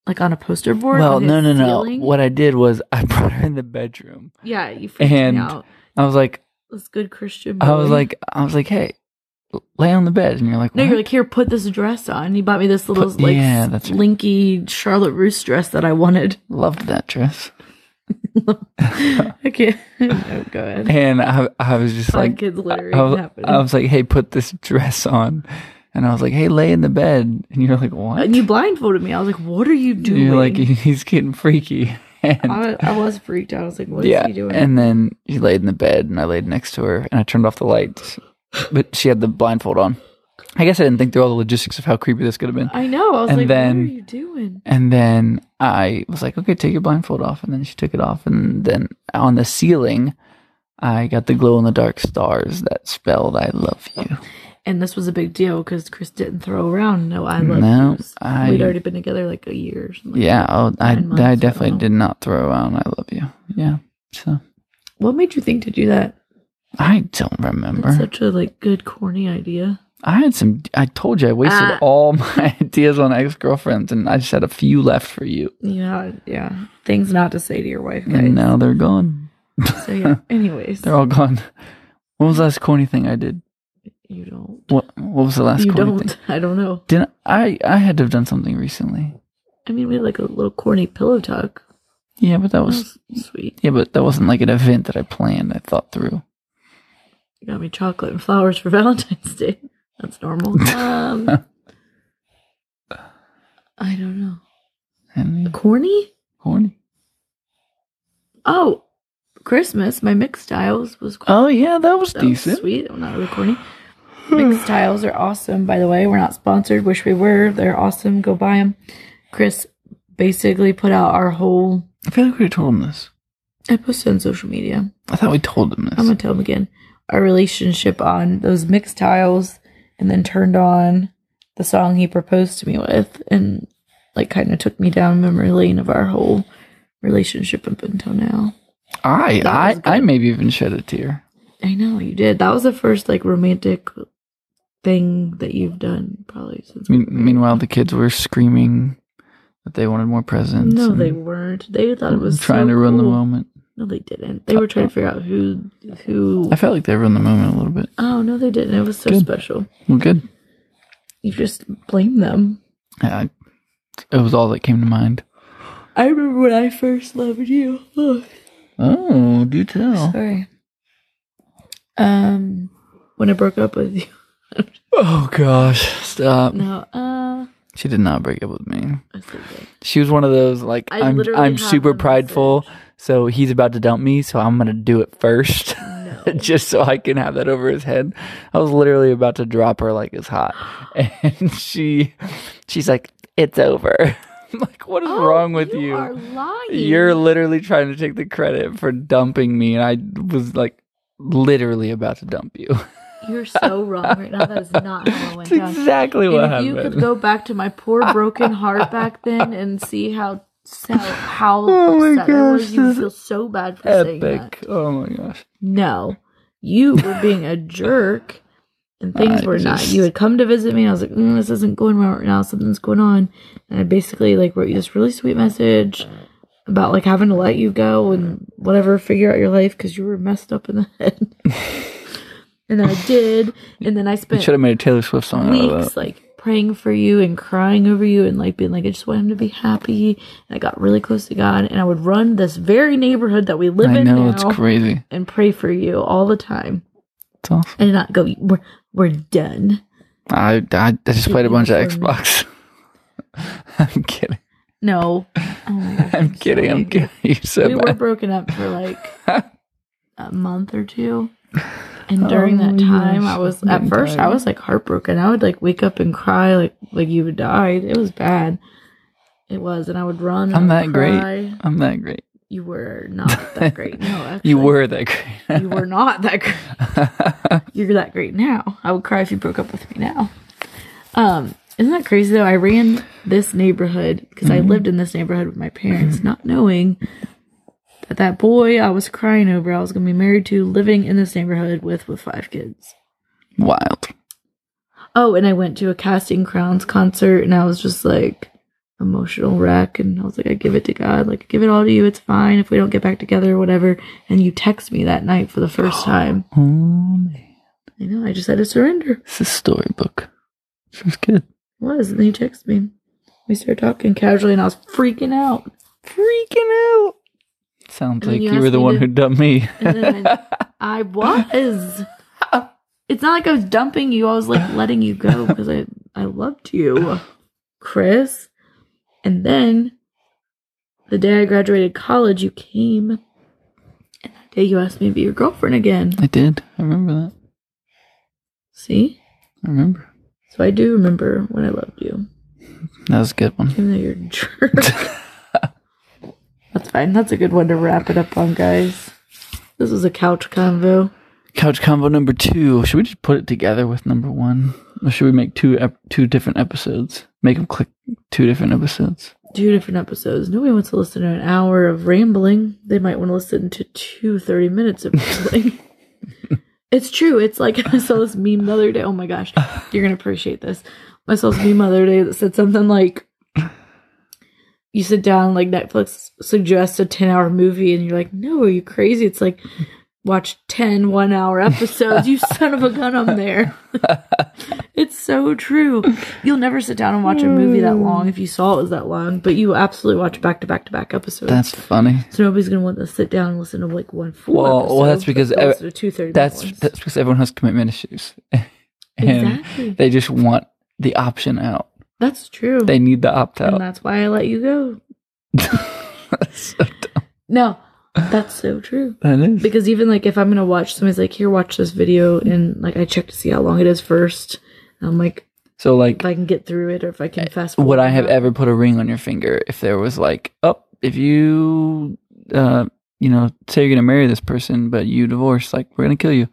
[SPEAKER 3] like on a poster board.
[SPEAKER 2] Well,
[SPEAKER 3] on
[SPEAKER 2] no, no,
[SPEAKER 3] his
[SPEAKER 2] no.
[SPEAKER 3] ceiling.
[SPEAKER 2] What I did was I brought her in the bedroom,
[SPEAKER 3] Yeah, you freaked
[SPEAKER 2] and
[SPEAKER 3] me out.
[SPEAKER 2] I was like,
[SPEAKER 3] This good Christian.
[SPEAKER 2] I was
[SPEAKER 3] boy.
[SPEAKER 2] like, I was like, hey, l- lay on the bed, and you're like,
[SPEAKER 3] no, you're
[SPEAKER 2] "What?"
[SPEAKER 3] like, here, put this dress on. He bought me this little
[SPEAKER 2] Put-
[SPEAKER 3] like
[SPEAKER 2] yeah, that's right.
[SPEAKER 3] linky Charlotte Russe dress that I wanted.
[SPEAKER 2] loved that dress,
[SPEAKER 3] I can't. no, go ahead.
[SPEAKER 2] and I, I was just
[SPEAKER 3] My
[SPEAKER 2] like,
[SPEAKER 3] kids literally
[SPEAKER 2] I was,
[SPEAKER 3] happened.
[SPEAKER 2] I was like, hey, put this dress on, and I was like, hey, lay in the bed, and you're like, what?
[SPEAKER 3] and you blindfolded me. I was like, what are you doing?
[SPEAKER 2] you're like, he's getting freaky, and
[SPEAKER 3] I, I was freaked out. I was like, what is
[SPEAKER 2] yeah,
[SPEAKER 3] he doing?
[SPEAKER 2] and then she laid in the bed, and I laid next to her, and I turned off the lights, but she had the blindfold on. I guess I didn't think through all the logistics of how creepy this could have been.
[SPEAKER 3] I know. I was
[SPEAKER 2] and
[SPEAKER 3] like, what
[SPEAKER 2] then-
[SPEAKER 3] are you doing?
[SPEAKER 2] And then I was like, okay, take your blindfold off. And then she took it off. And then on the ceiling, I got the glow in the dark stars that spelled I love you.
[SPEAKER 3] and this was a big deal because Chris didn't throw around no I love
[SPEAKER 2] No,
[SPEAKER 3] yous.
[SPEAKER 2] I-
[SPEAKER 3] We'd already been together like a year. Or something.
[SPEAKER 2] Yeah, oh, I,
[SPEAKER 3] Nine months, I
[SPEAKER 2] I
[SPEAKER 3] don't know.
[SPEAKER 2] definitely did not throw out I love you. Yeah. So
[SPEAKER 3] What made you think to do that?
[SPEAKER 2] I don't remember.
[SPEAKER 3] That's such a like good corny idea.
[SPEAKER 2] I had some, I told you I wasted
[SPEAKER 3] Ah.
[SPEAKER 2] all my ideas on ex girlfriends and I just had a few left for you.
[SPEAKER 3] Yeah, yeah. Things not to say to your wife, guys.
[SPEAKER 2] And now they're gone.
[SPEAKER 3] So yeah. Anyways,
[SPEAKER 2] They're all gone. What was the last corny thing I did?
[SPEAKER 3] you don't.
[SPEAKER 2] What, what was the last
[SPEAKER 3] you
[SPEAKER 2] corny
[SPEAKER 3] don't.
[SPEAKER 2] thing?
[SPEAKER 3] I don't know.
[SPEAKER 2] Didn't I? I had to have done something recently.
[SPEAKER 3] I mean, we had like a little corny pillow talk.
[SPEAKER 2] Yeah, but that
[SPEAKER 3] That
[SPEAKER 2] was
[SPEAKER 3] was sweet.
[SPEAKER 2] yeah, but that wasn't like an event that I planned. I thought through.
[SPEAKER 3] You got me chocolate and flowers for Valentine's Day. That's normal. Um, I don't know.
[SPEAKER 2] And
[SPEAKER 3] Corny?
[SPEAKER 2] corny.
[SPEAKER 3] Oh, Christmas. My mixed tiles was quite
[SPEAKER 2] Oh yeah, that was
[SPEAKER 3] so
[SPEAKER 2] decent. Hmm.
[SPEAKER 3] sweet. I'm not really corny. Mixed tiles are awesome. By the way, we're not sponsored. Wish we were. They're awesome. Go buy them. Chris basically put out our whole.
[SPEAKER 2] I feel like we told him this.
[SPEAKER 3] I posted on social media.
[SPEAKER 2] I thought we told him
[SPEAKER 3] I'm
[SPEAKER 2] this.
[SPEAKER 3] gonna tell him again. Our relationship on those mixed tiles, and then turned on the song he proposed to me with, and like kind of took me down memory lane of our whole relationship up until now.
[SPEAKER 2] I
[SPEAKER 3] that was
[SPEAKER 2] I
[SPEAKER 3] good.
[SPEAKER 2] I maybe even shed a tear.
[SPEAKER 3] I know you did. That was the first like romantic thing that you've done probably since.
[SPEAKER 2] Mean, meanwhile, the kids were screaming that they wanted more presents.
[SPEAKER 3] no,
[SPEAKER 2] and
[SPEAKER 3] they weren't. They thought it was
[SPEAKER 2] trying
[SPEAKER 3] so
[SPEAKER 2] to ruin the
[SPEAKER 3] cool.
[SPEAKER 2] moment.
[SPEAKER 3] No, they didn't. They were trying to figure out who who.
[SPEAKER 2] I felt like they ruined the moment a little bit.
[SPEAKER 3] Oh no, they didn't. It was so
[SPEAKER 2] Good.
[SPEAKER 3] special.
[SPEAKER 2] Well, good.
[SPEAKER 3] You just blame them.
[SPEAKER 2] I, it was all that came to mind.
[SPEAKER 3] I remember when I first loved you. Oh,
[SPEAKER 2] Oh, do tell.
[SPEAKER 3] sorry. Um, when I broke up with you.
[SPEAKER 2] Oh gosh, stop.
[SPEAKER 3] No, uh,
[SPEAKER 2] She did not break up with me.
[SPEAKER 3] I said that.
[SPEAKER 2] She was one of those like
[SPEAKER 3] I
[SPEAKER 2] I am
[SPEAKER 3] literally
[SPEAKER 2] I'm
[SPEAKER 3] have
[SPEAKER 2] super
[SPEAKER 3] the message.
[SPEAKER 2] prideful, so he's about to dump me, so I'm gonna do it first, just so I can have that over his head. I was literally about to drop her like it's hot, and she, she's like, "It's over." I'm like, what is wrong with you?
[SPEAKER 3] Oh, are lying.
[SPEAKER 2] You're literally trying to take the credit for dumping me, and I was like, literally about to dump you.
[SPEAKER 3] You're so wrong right now. That is not how it went
[SPEAKER 2] That's
[SPEAKER 3] down.
[SPEAKER 2] exactly what
[SPEAKER 3] and if
[SPEAKER 2] happened.
[SPEAKER 3] you could go back to my poor broken heart back then and see how so, how
[SPEAKER 2] Oh my
[SPEAKER 3] upset I was,
[SPEAKER 2] gosh,
[SPEAKER 3] you would
[SPEAKER 2] this
[SPEAKER 3] feel so bad for saying that.
[SPEAKER 2] Epic! Oh my gosh.
[SPEAKER 3] No, you were being a jerk, and things
[SPEAKER 2] I
[SPEAKER 3] were not.
[SPEAKER 2] just-
[SPEAKER 3] You had come to visit me. I was like, mm, this isn't going well right now. Something's going on, and I basically like wrote you this really sweet message about like having to let you go and whatever, figure out your life because you were messed up in the head. and then I did, and then I
[SPEAKER 2] You
[SPEAKER 3] spent
[SPEAKER 2] should have made a Taylor Swift song out of that.
[SPEAKER 3] weeks like praying for you and crying over you and like being like I just want him to be happy and I got really close to God and I would run this very neighborhood that we live
[SPEAKER 2] I
[SPEAKER 3] in
[SPEAKER 2] know
[SPEAKER 3] now
[SPEAKER 2] it's crazy.
[SPEAKER 3] and pray for you all the time
[SPEAKER 2] It's awesome.
[SPEAKER 3] and not go we're we're done
[SPEAKER 2] I, I, I just played a bunch of
[SPEAKER 3] Even for me.
[SPEAKER 2] Xbox. I'm kidding.
[SPEAKER 3] no oh my God,
[SPEAKER 2] I'm kidding. I'm
[SPEAKER 3] sorry.
[SPEAKER 2] kidding. You so
[SPEAKER 3] we were
[SPEAKER 2] bad.
[SPEAKER 3] broken up for like a month or two and during
[SPEAKER 2] Oh
[SPEAKER 3] that
[SPEAKER 2] my
[SPEAKER 3] time
[SPEAKER 2] gosh,
[SPEAKER 3] I was
[SPEAKER 2] I'm
[SPEAKER 3] at
[SPEAKER 2] getting
[SPEAKER 3] first I
[SPEAKER 2] tired.
[SPEAKER 3] was like heartbroken I would like wake up and cry like like you had died it was bad it was and I would run and
[SPEAKER 2] I'm
[SPEAKER 3] I would
[SPEAKER 2] that great.
[SPEAKER 3] cry.
[SPEAKER 2] I'm that great.
[SPEAKER 3] You were not that great. No, actually,
[SPEAKER 2] You were that great.
[SPEAKER 3] You were not that great. You're that great now. I would cry if you broke up with me now. Um, isn't that crazy though? I ran this neighborhood because I lived in this neighborhood with my parents, not knowing that that boy I was crying over, I was going to be married to, living in this neighborhood with with five kids.
[SPEAKER 2] Wild.
[SPEAKER 3] Oh, and I went to a Casting Crowns concert and I was just like emotional wreck and I was like, I give it to God, like give it all to you, it's fine if we don't get back together or whatever. And you text me that night for the first time.
[SPEAKER 2] Oh, man.
[SPEAKER 3] You know, I just had to surrender.
[SPEAKER 2] This is storybook. This is good.
[SPEAKER 3] It was, and then you text me. We started talking casually and I was freaking out.
[SPEAKER 2] Freaking out. Sounds
[SPEAKER 3] And then
[SPEAKER 2] like
[SPEAKER 3] you
[SPEAKER 2] you, were
[SPEAKER 3] asked
[SPEAKER 2] the
[SPEAKER 3] me
[SPEAKER 2] one
[SPEAKER 3] to-
[SPEAKER 2] who dumped me.
[SPEAKER 3] And then I, I was. It's not like I was dumping you, I was like letting you go because I, I loved you, Chris. And then the day I graduated college, you came. And that day you asked me to be your girlfriend again.
[SPEAKER 2] I did. I remember that.
[SPEAKER 3] See?
[SPEAKER 2] I remember.
[SPEAKER 3] So I do remember when I loved you.
[SPEAKER 2] That was a good one.
[SPEAKER 3] Even though you're a jerk. That's fine. That's a good one to wrap it up on, guys. This was a couch convo.
[SPEAKER 2] Couch combo number two. Should we just put it together with number one, or should we make two ep- two different episodes? Make them click two different episodes.
[SPEAKER 3] Two different episodes. Nobody wants to listen to an hour of rambling. They might want to listen to two 30 minutes of rambling. it's true. It's like I saw this meme the other day. Oh my gosh. You're going to appreciate this. I saw this meme the other day that said something like, you sit down, like Netflix suggests a 10 hour movie, and you're like, no, are you crazy? It's like, watch 10 one hour episodes. You son of a gun, I'm there. it's so true. You'll never sit down and watch a movie that long if you saw it was that long, but you absolutely watch back to back to back episodes.
[SPEAKER 2] That's funny.
[SPEAKER 3] so nobody's going to want to sit down and listen to like one full
[SPEAKER 2] Well, well,
[SPEAKER 3] episode.
[SPEAKER 2] that's because ev-
[SPEAKER 3] two thirty.
[SPEAKER 2] That's that's because everyone has commitment issues, and
[SPEAKER 3] Exactly.
[SPEAKER 2] they just want the option out.
[SPEAKER 3] that's true.
[SPEAKER 2] They need the opt
[SPEAKER 3] and
[SPEAKER 2] out.
[SPEAKER 3] that's why I let you go.
[SPEAKER 2] That's so dumb.
[SPEAKER 3] No, that's so true.
[SPEAKER 2] That is.
[SPEAKER 3] Because even like if I'm gonna watch somebody's like, here, watch this video, and like I check to see how long it is first. And I'm like,
[SPEAKER 2] so like,
[SPEAKER 3] if I can get through it or if I can fast forward.
[SPEAKER 2] Uh, would I have
[SPEAKER 3] or not.
[SPEAKER 2] ever put a ring on your finger if there was like, oh, if you, uh, you know, say you're gonna marry this person, but you divorce, like we're gonna kill you.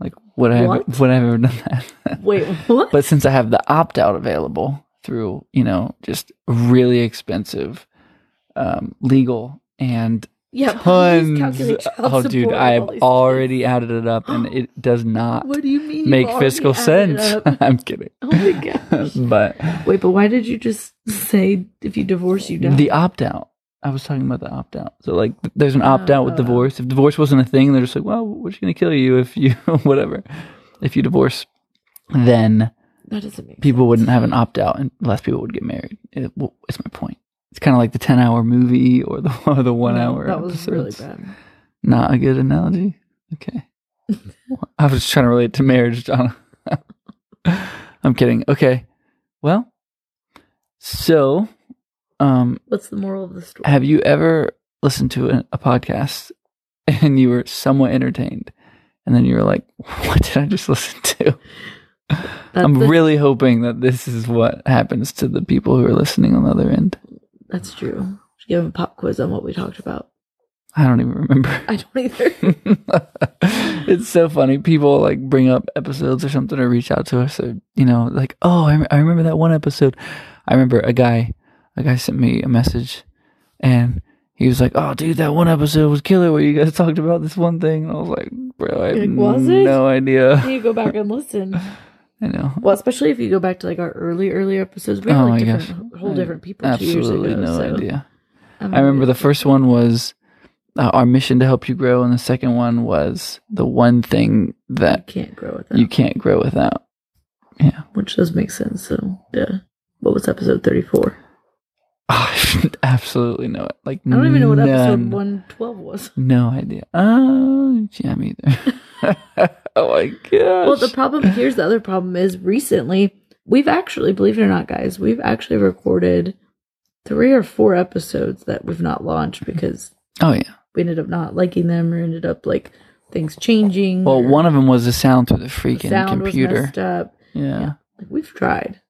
[SPEAKER 2] Like, would I
[SPEAKER 3] What?
[SPEAKER 2] have, would I have ever done that?
[SPEAKER 3] Wait, what?
[SPEAKER 2] but since I have the opt out available through, you know, just really expensive, um, legal and
[SPEAKER 3] yeah, please
[SPEAKER 2] tons.
[SPEAKER 3] calculate child
[SPEAKER 2] Oh, dude,
[SPEAKER 3] support
[SPEAKER 2] I
[SPEAKER 3] and
[SPEAKER 2] have
[SPEAKER 3] all these-
[SPEAKER 2] already added it up, and it does not
[SPEAKER 3] What do you mean? you've
[SPEAKER 2] make
[SPEAKER 3] already
[SPEAKER 2] fiscal
[SPEAKER 3] added
[SPEAKER 2] sense.
[SPEAKER 3] it up?
[SPEAKER 2] I'm kidding,
[SPEAKER 3] oh my gosh.
[SPEAKER 2] but
[SPEAKER 3] Wait, but why did you just say if you divorce, you die?
[SPEAKER 2] the opt out. I was talking about the opt out. So like, th- there's an opt out with
[SPEAKER 3] oh,
[SPEAKER 2] divorce. If divorce wasn't a thing, they're just like, well, we're just gonna kill you if you whatever. If you divorce, then
[SPEAKER 3] that doesn't make
[SPEAKER 2] people wouldn't have an opt out, and less people would get married. It, well, it's my point. It's kind of like the ten hour movie or the or the one
[SPEAKER 3] No,
[SPEAKER 2] hour.
[SPEAKER 3] That was really
[SPEAKER 2] episodes.
[SPEAKER 3] bad.
[SPEAKER 2] Not a good analogy. Okay. I was just trying to relate to marriage, Donna. I'm kidding. Okay. Well, so um,
[SPEAKER 3] What's the moral of the story?
[SPEAKER 2] have you ever listened to a, a podcast and you were somewhat entertained and then you were like, what did I just listen to?
[SPEAKER 3] That-
[SPEAKER 2] I'm
[SPEAKER 3] that-
[SPEAKER 2] really hoping that this is what happens to the people who are listening on the other end.
[SPEAKER 3] That's true. Should give him a pop quiz on what we talked about.
[SPEAKER 2] I don't even remember.
[SPEAKER 3] I don't either.
[SPEAKER 2] it's so funny. People like bring up episodes or something or reach out to us or, you know, like, oh, I, I remember that one episode. I remember a guy, a guy sent me a message and he was like, oh, dude, that one episode was killer where you guys talked about this one thing. And I was like, bro, I
[SPEAKER 3] You're
[SPEAKER 2] have
[SPEAKER 3] like, "Was it?"
[SPEAKER 2] no idea.
[SPEAKER 3] you go back and listen.
[SPEAKER 2] I know.
[SPEAKER 3] Well, especially if you go back to like our early, early episodes, we had
[SPEAKER 2] Oh
[SPEAKER 3] like
[SPEAKER 2] my
[SPEAKER 3] different, whole
[SPEAKER 2] I
[SPEAKER 3] different people. two
[SPEAKER 2] Absolutely
[SPEAKER 3] years ago,
[SPEAKER 2] no
[SPEAKER 3] so,
[SPEAKER 2] idea.
[SPEAKER 3] mean,
[SPEAKER 2] I remember the first one was uh, our mission to help you grow, and the second one was the one thing
[SPEAKER 3] You
[SPEAKER 2] that
[SPEAKER 3] can't grow with that,
[SPEAKER 2] you can't grow without.
[SPEAKER 3] which does make sense. So yeah, what was episode thirty-four?
[SPEAKER 2] I absolutely know it. Like
[SPEAKER 3] I don't even know what episode
[SPEAKER 2] none-
[SPEAKER 3] one twelve was.
[SPEAKER 2] No idea. Oh, yeah, me either. oh my gosh.
[SPEAKER 3] Well, the problem here's the other problem is recently we've actually, believe it or not, guys, we've actually recorded three or four episodes that we've not launched because
[SPEAKER 2] oh yeah.
[SPEAKER 3] we ended up not liking them or ended up like things changing.
[SPEAKER 2] Well,
[SPEAKER 3] or
[SPEAKER 2] one of them was the sound through the
[SPEAKER 3] the
[SPEAKER 2] freaking
[SPEAKER 3] sound was
[SPEAKER 2] computer.
[SPEAKER 3] messed up.
[SPEAKER 2] yeah.
[SPEAKER 3] Yeah. Like, we've tried,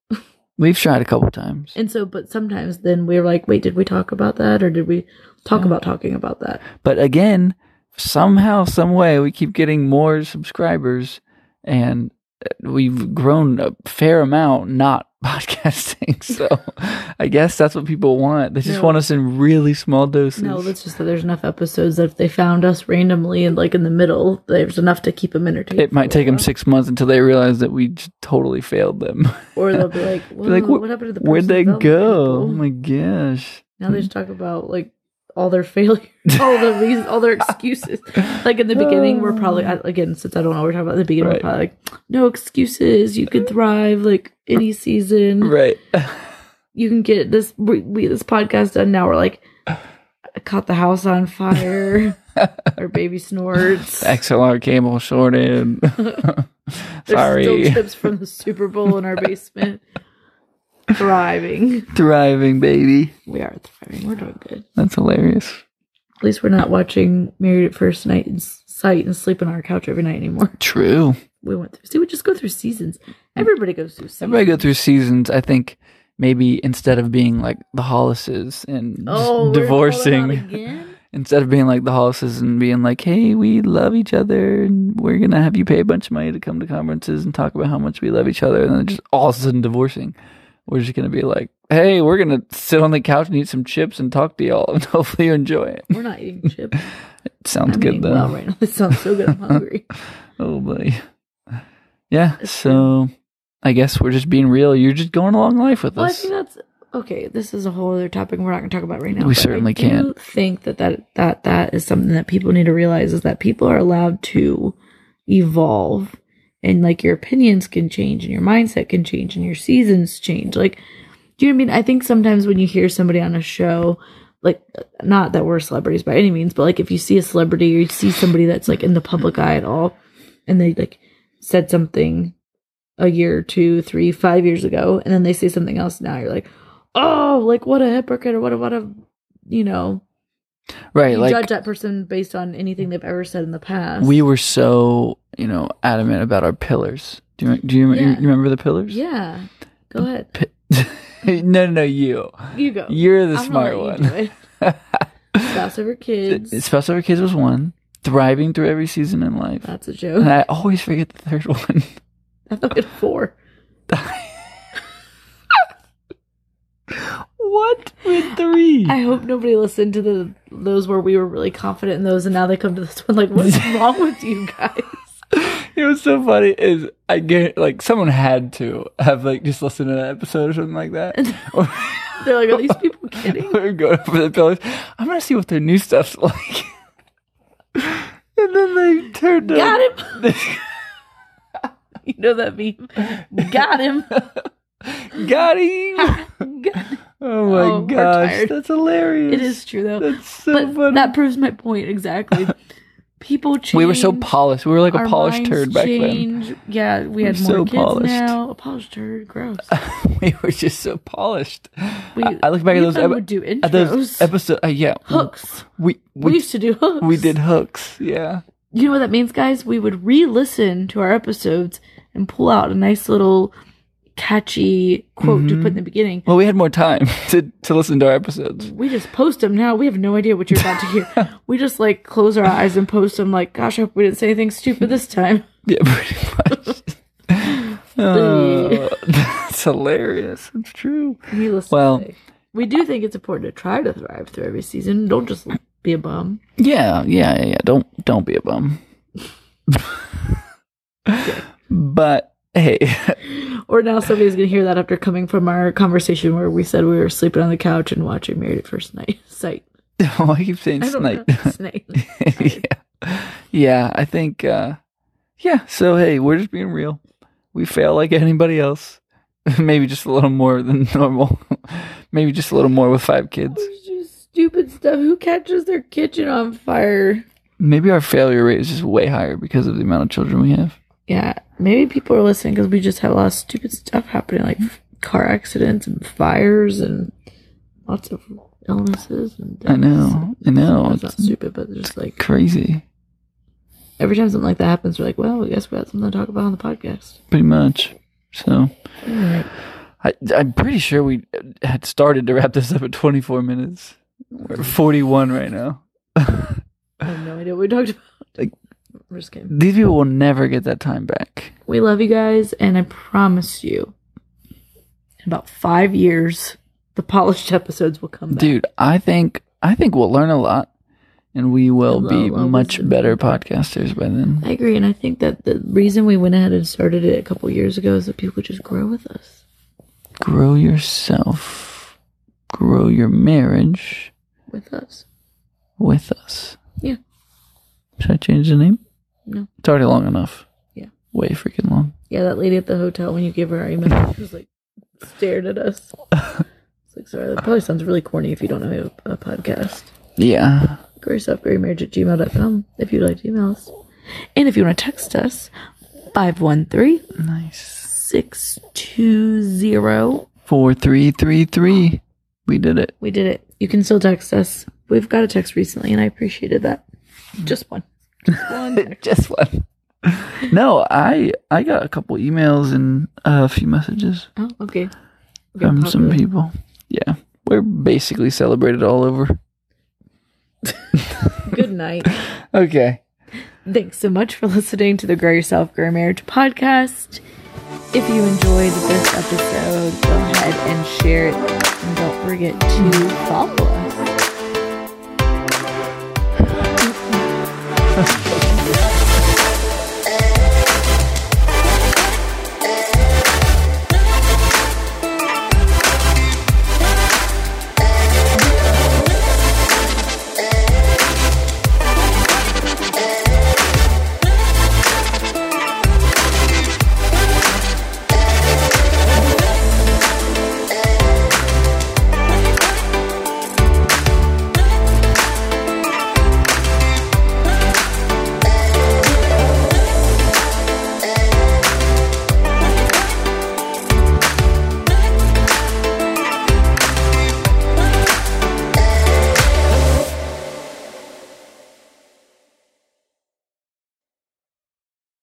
[SPEAKER 2] we've tried a couple times.
[SPEAKER 3] and so but sometimes then we're like, wait, did we talk about that or did we talk about talking about that?
[SPEAKER 2] But again, somehow, some way, we keep getting more subscribers, and uh, we've grown a fair amount not podcasting. So I guess that's what people want. They just
[SPEAKER 3] No.
[SPEAKER 2] want us in really small doses.
[SPEAKER 3] No, that's just that there's enough episodes that if they found us randomly and like in the middle, there's enough to keep them entertained.
[SPEAKER 2] it might
[SPEAKER 3] for a
[SPEAKER 2] take them
[SPEAKER 3] while.
[SPEAKER 2] six months until they realize that we just totally failed them.
[SPEAKER 3] or they'll be like, well,
[SPEAKER 2] like,
[SPEAKER 3] what,
[SPEAKER 2] "Wh-
[SPEAKER 3] happened to the
[SPEAKER 2] Where'd
[SPEAKER 3] personal
[SPEAKER 2] they
[SPEAKER 3] development
[SPEAKER 2] go? Oh
[SPEAKER 3] people?"
[SPEAKER 2] my gosh.
[SPEAKER 3] Now they just talk about like all their failures, all the reasons, all their excuses. Like in the beginning, we're probably I- again since I don't know what we're talking about. At the beginning,
[SPEAKER 2] Uh. Right.
[SPEAKER 3] we're probably like, no excuses. You can thrive like any season.
[SPEAKER 2] Right.
[SPEAKER 3] You can get this we, we this podcast done. Now we're like, I caught the house on fire. Our baby snorts.
[SPEAKER 2] XLR cable shorted.
[SPEAKER 3] There's
[SPEAKER 2] Sorry.
[SPEAKER 3] still chips from the Super Bowl in our basement. thriving.
[SPEAKER 2] Thriving, baby.
[SPEAKER 3] We are thriving. We're doing good.
[SPEAKER 2] That's hilarious.
[SPEAKER 3] At least we're not watching Married at First Night and Sight and sleep on our couch every night anymore.
[SPEAKER 2] True.
[SPEAKER 3] We went through. See, we just go through seasons. Everybody goes through seasons.
[SPEAKER 2] Everybody go through seasons. I think maybe instead of being like the Hollises and just
[SPEAKER 3] Oh, we're falling out
[SPEAKER 2] divorcing,
[SPEAKER 3] again.
[SPEAKER 2] instead of being like the Hollises and being like, "Hey, we love each other, and we're gonna have you pay a bunch of money to come to conferences and talk about how much we love each other," and then just all of a sudden divorcing. We're just gonna be like, "Hey, we're gonna sit on the couch and eat some chips and talk to y'all, and hopefully you enjoy it."
[SPEAKER 3] We're not eating chips.
[SPEAKER 2] Sounds
[SPEAKER 3] I'm
[SPEAKER 2] good
[SPEAKER 3] eating
[SPEAKER 2] though.
[SPEAKER 3] well right now. This sounds so good. I'm hungry.
[SPEAKER 2] Oh boy. Yeah. So I guess we're just being real. You're just going along life with
[SPEAKER 3] well, I
[SPEAKER 2] us.
[SPEAKER 3] think that's okay. This is a whole other topic we're not going to talk about right now.
[SPEAKER 2] We
[SPEAKER 3] but
[SPEAKER 2] certainly
[SPEAKER 3] I do
[SPEAKER 2] can't.
[SPEAKER 3] Think that, that that that is something that people need to realize is that people are allowed to evolve, and like your opinions can change, and your mindset can change, and your seasons change. Like, do you know what I mean? I think sometimes when you hear somebody on a show. Like, not that we're celebrities by any means, but like if you see a celebrity or you see somebody that's like in the public eye at all, and they like said something a year, two, three, five years ago, and then they say something else now, you're like, oh, like what a hypocrite or what a what a you know
[SPEAKER 2] right.
[SPEAKER 3] you
[SPEAKER 2] like
[SPEAKER 3] judge that person based on anything they've ever said in the past.
[SPEAKER 2] we were so you know adamant about our pillars. Do you do you, you
[SPEAKER 3] Yeah.
[SPEAKER 2] remember the pillars?
[SPEAKER 3] yeah. Go ahead,
[SPEAKER 2] no, no, no, you.
[SPEAKER 3] you go.
[SPEAKER 2] You're the
[SPEAKER 3] I'm gonna
[SPEAKER 2] smart
[SPEAKER 3] let
[SPEAKER 2] one.
[SPEAKER 3] you do it. Spouse over kids.
[SPEAKER 2] Spouse over kids was one. Thriving through every season in life.
[SPEAKER 3] That's a
[SPEAKER 2] And
[SPEAKER 3] joke.
[SPEAKER 2] I always forget the third one.
[SPEAKER 3] I thought we had four.
[SPEAKER 2] what? With three.
[SPEAKER 3] I hope nobody listened to the those where we were really confident in those, and now they come to this one like, what's wrong with you guys?
[SPEAKER 2] it was so funny. Is I get like someone had to have like just listened to that episode or something like that. or
[SPEAKER 3] They're like, are these people kidding?
[SPEAKER 2] or go over the pillars. I'm gonna see what their new stuff's like. and then they turned up.
[SPEAKER 3] Got him. You know that meme. Got him.
[SPEAKER 2] Got him!
[SPEAKER 3] Got him.
[SPEAKER 2] Oh my
[SPEAKER 3] Oh, we're
[SPEAKER 2] gosh,
[SPEAKER 3] tired.
[SPEAKER 2] that's hilarious.
[SPEAKER 3] It is true though.
[SPEAKER 2] That's so
[SPEAKER 3] but
[SPEAKER 2] funny.
[SPEAKER 3] that proves my point exactly. people change.
[SPEAKER 2] We were so polished. We were like a
[SPEAKER 3] Our
[SPEAKER 2] polished
[SPEAKER 3] minds
[SPEAKER 2] turd back then.
[SPEAKER 3] change. Yeah, we had
[SPEAKER 2] We're
[SPEAKER 3] more
[SPEAKER 2] so
[SPEAKER 3] kids
[SPEAKER 2] polished.
[SPEAKER 3] now. A polished turd, gross.
[SPEAKER 2] We were just so polished.
[SPEAKER 3] We,
[SPEAKER 2] I, I look back at
[SPEAKER 3] we
[SPEAKER 2] those,
[SPEAKER 3] even
[SPEAKER 2] epi-
[SPEAKER 3] would do intros.
[SPEAKER 2] at those episodes. Uh, yeah,
[SPEAKER 3] hooks.
[SPEAKER 2] We
[SPEAKER 3] We,
[SPEAKER 2] we,
[SPEAKER 3] used to do hooks.
[SPEAKER 2] we did hooks. Yeah,
[SPEAKER 3] You know what that means, guys? We would re-listen to our episodes and pull out a nice little catchy quote to
[SPEAKER 2] Mm-hmm.
[SPEAKER 3] put in the beginning.
[SPEAKER 2] Well, we had more time to, to listen to our episodes.
[SPEAKER 3] We just post them now. We have no idea what you're about to hear. we just like close our eyes and post them. Like, gosh, I hope we didn't say anything stupid this time.
[SPEAKER 2] Yeah, pretty much. Oh, that's hilarious. It's true.
[SPEAKER 3] We listen.
[SPEAKER 2] Well-
[SPEAKER 3] today. we do think it's important to try to thrive through every season. Don't just be a bum.
[SPEAKER 2] Yeah, yeah, yeah, yeah. Don't don't be a bum. but hey,
[SPEAKER 3] Or now somebody's gonna hear that after coming from our conversation where we said we were sleeping on the couch and watching Married at First Night. Sight.
[SPEAKER 2] why I keep saying
[SPEAKER 3] I don't
[SPEAKER 2] snake?
[SPEAKER 3] know. Snake.
[SPEAKER 2] yeah. yeah, I think. uh Yeah. So hey, we're just being real. We fail like anybody else. Maybe just a little more than normal. Maybe just a little more with five kids.
[SPEAKER 3] It's just stupid stuff. Who catches their kitchen on fire?
[SPEAKER 2] Maybe our failure rate is just way higher because of the amount of children we have.
[SPEAKER 3] Yeah, maybe people are listening because we just had a lot of stupid stuff happening, like car accidents and fires and lots of illnesses. And
[SPEAKER 2] I know. I know.
[SPEAKER 3] It's not
[SPEAKER 2] It's
[SPEAKER 3] stupid, but just like
[SPEAKER 2] crazy.
[SPEAKER 3] every time something like that happens, we're like, well, I guess we got something to talk about on the podcast.
[SPEAKER 2] Pretty much. So I, I'm pretty sure we had started to wrap this up at 24 minutes. We're at 41 right now.
[SPEAKER 3] I have no idea what we talked about.
[SPEAKER 2] Like-
[SPEAKER 3] I'm just kidding.
[SPEAKER 2] These people will never get that time back.
[SPEAKER 3] We love you guys, and I promise you, in about five years, the polished episodes will come back.
[SPEAKER 2] Dude, I think I think we'll learn a lot and we will
[SPEAKER 3] We'll
[SPEAKER 2] be
[SPEAKER 3] learn a lot.
[SPEAKER 2] much better podcasters by then.
[SPEAKER 3] I agree, and I think that the reason we went ahead and started it a couple years ago is that people just grow with us.
[SPEAKER 2] Grow yourself. Grow your marriage
[SPEAKER 3] With us.
[SPEAKER 2] with us.
[SPEAKER 3] Yeah.
[SPEAKER 2] Should I change the name?
[SPEAKER 3] No.
[SPEAKER 2] It's already long enough.
[SPEAKER 3] Yeah.
[SPEAKER 2] Way freaking long.
[SPEAKER 3] Yeah, that lady at the hotel when you gave her our email, she was like stared at us. It's like, sorry, that probably sounds really corny if you don't know a, a podcast.
[SPEAKER 2] Yeah.
[SPEAKER 3] Grow yourself, grow your marriage at gmail.com if you'd like to email us. And if you want to text us, 513
[SPEAKER 2] Nice.
[SPEAKER 3] 620
[SPEAKER 2] Four three three three. We did it.
[SPEAKER 3] We did it. You can still text us. We've got a text recently, and I appreciated that. Just one. Just one. text.
[SPEAKER 2] Just one. no, I I got a couple emails and uh, a few messages
[SPEAKER 3] oh, okay. We're getting
[SPEAKER 2] from some
[SPEAKER 3] popular.
[SPEAKER 2] people. Yeah. We're basically celebrated all over.
[SPEAKER 3] Good night.
[SPEAKER 2] Okay.
[SPEAKER 3] Thanks so much for listening to the Grow Yourself, Grow Your Marriage podcast. If you enjoyed this episode, go ahead and share it. And don't forget to follow us.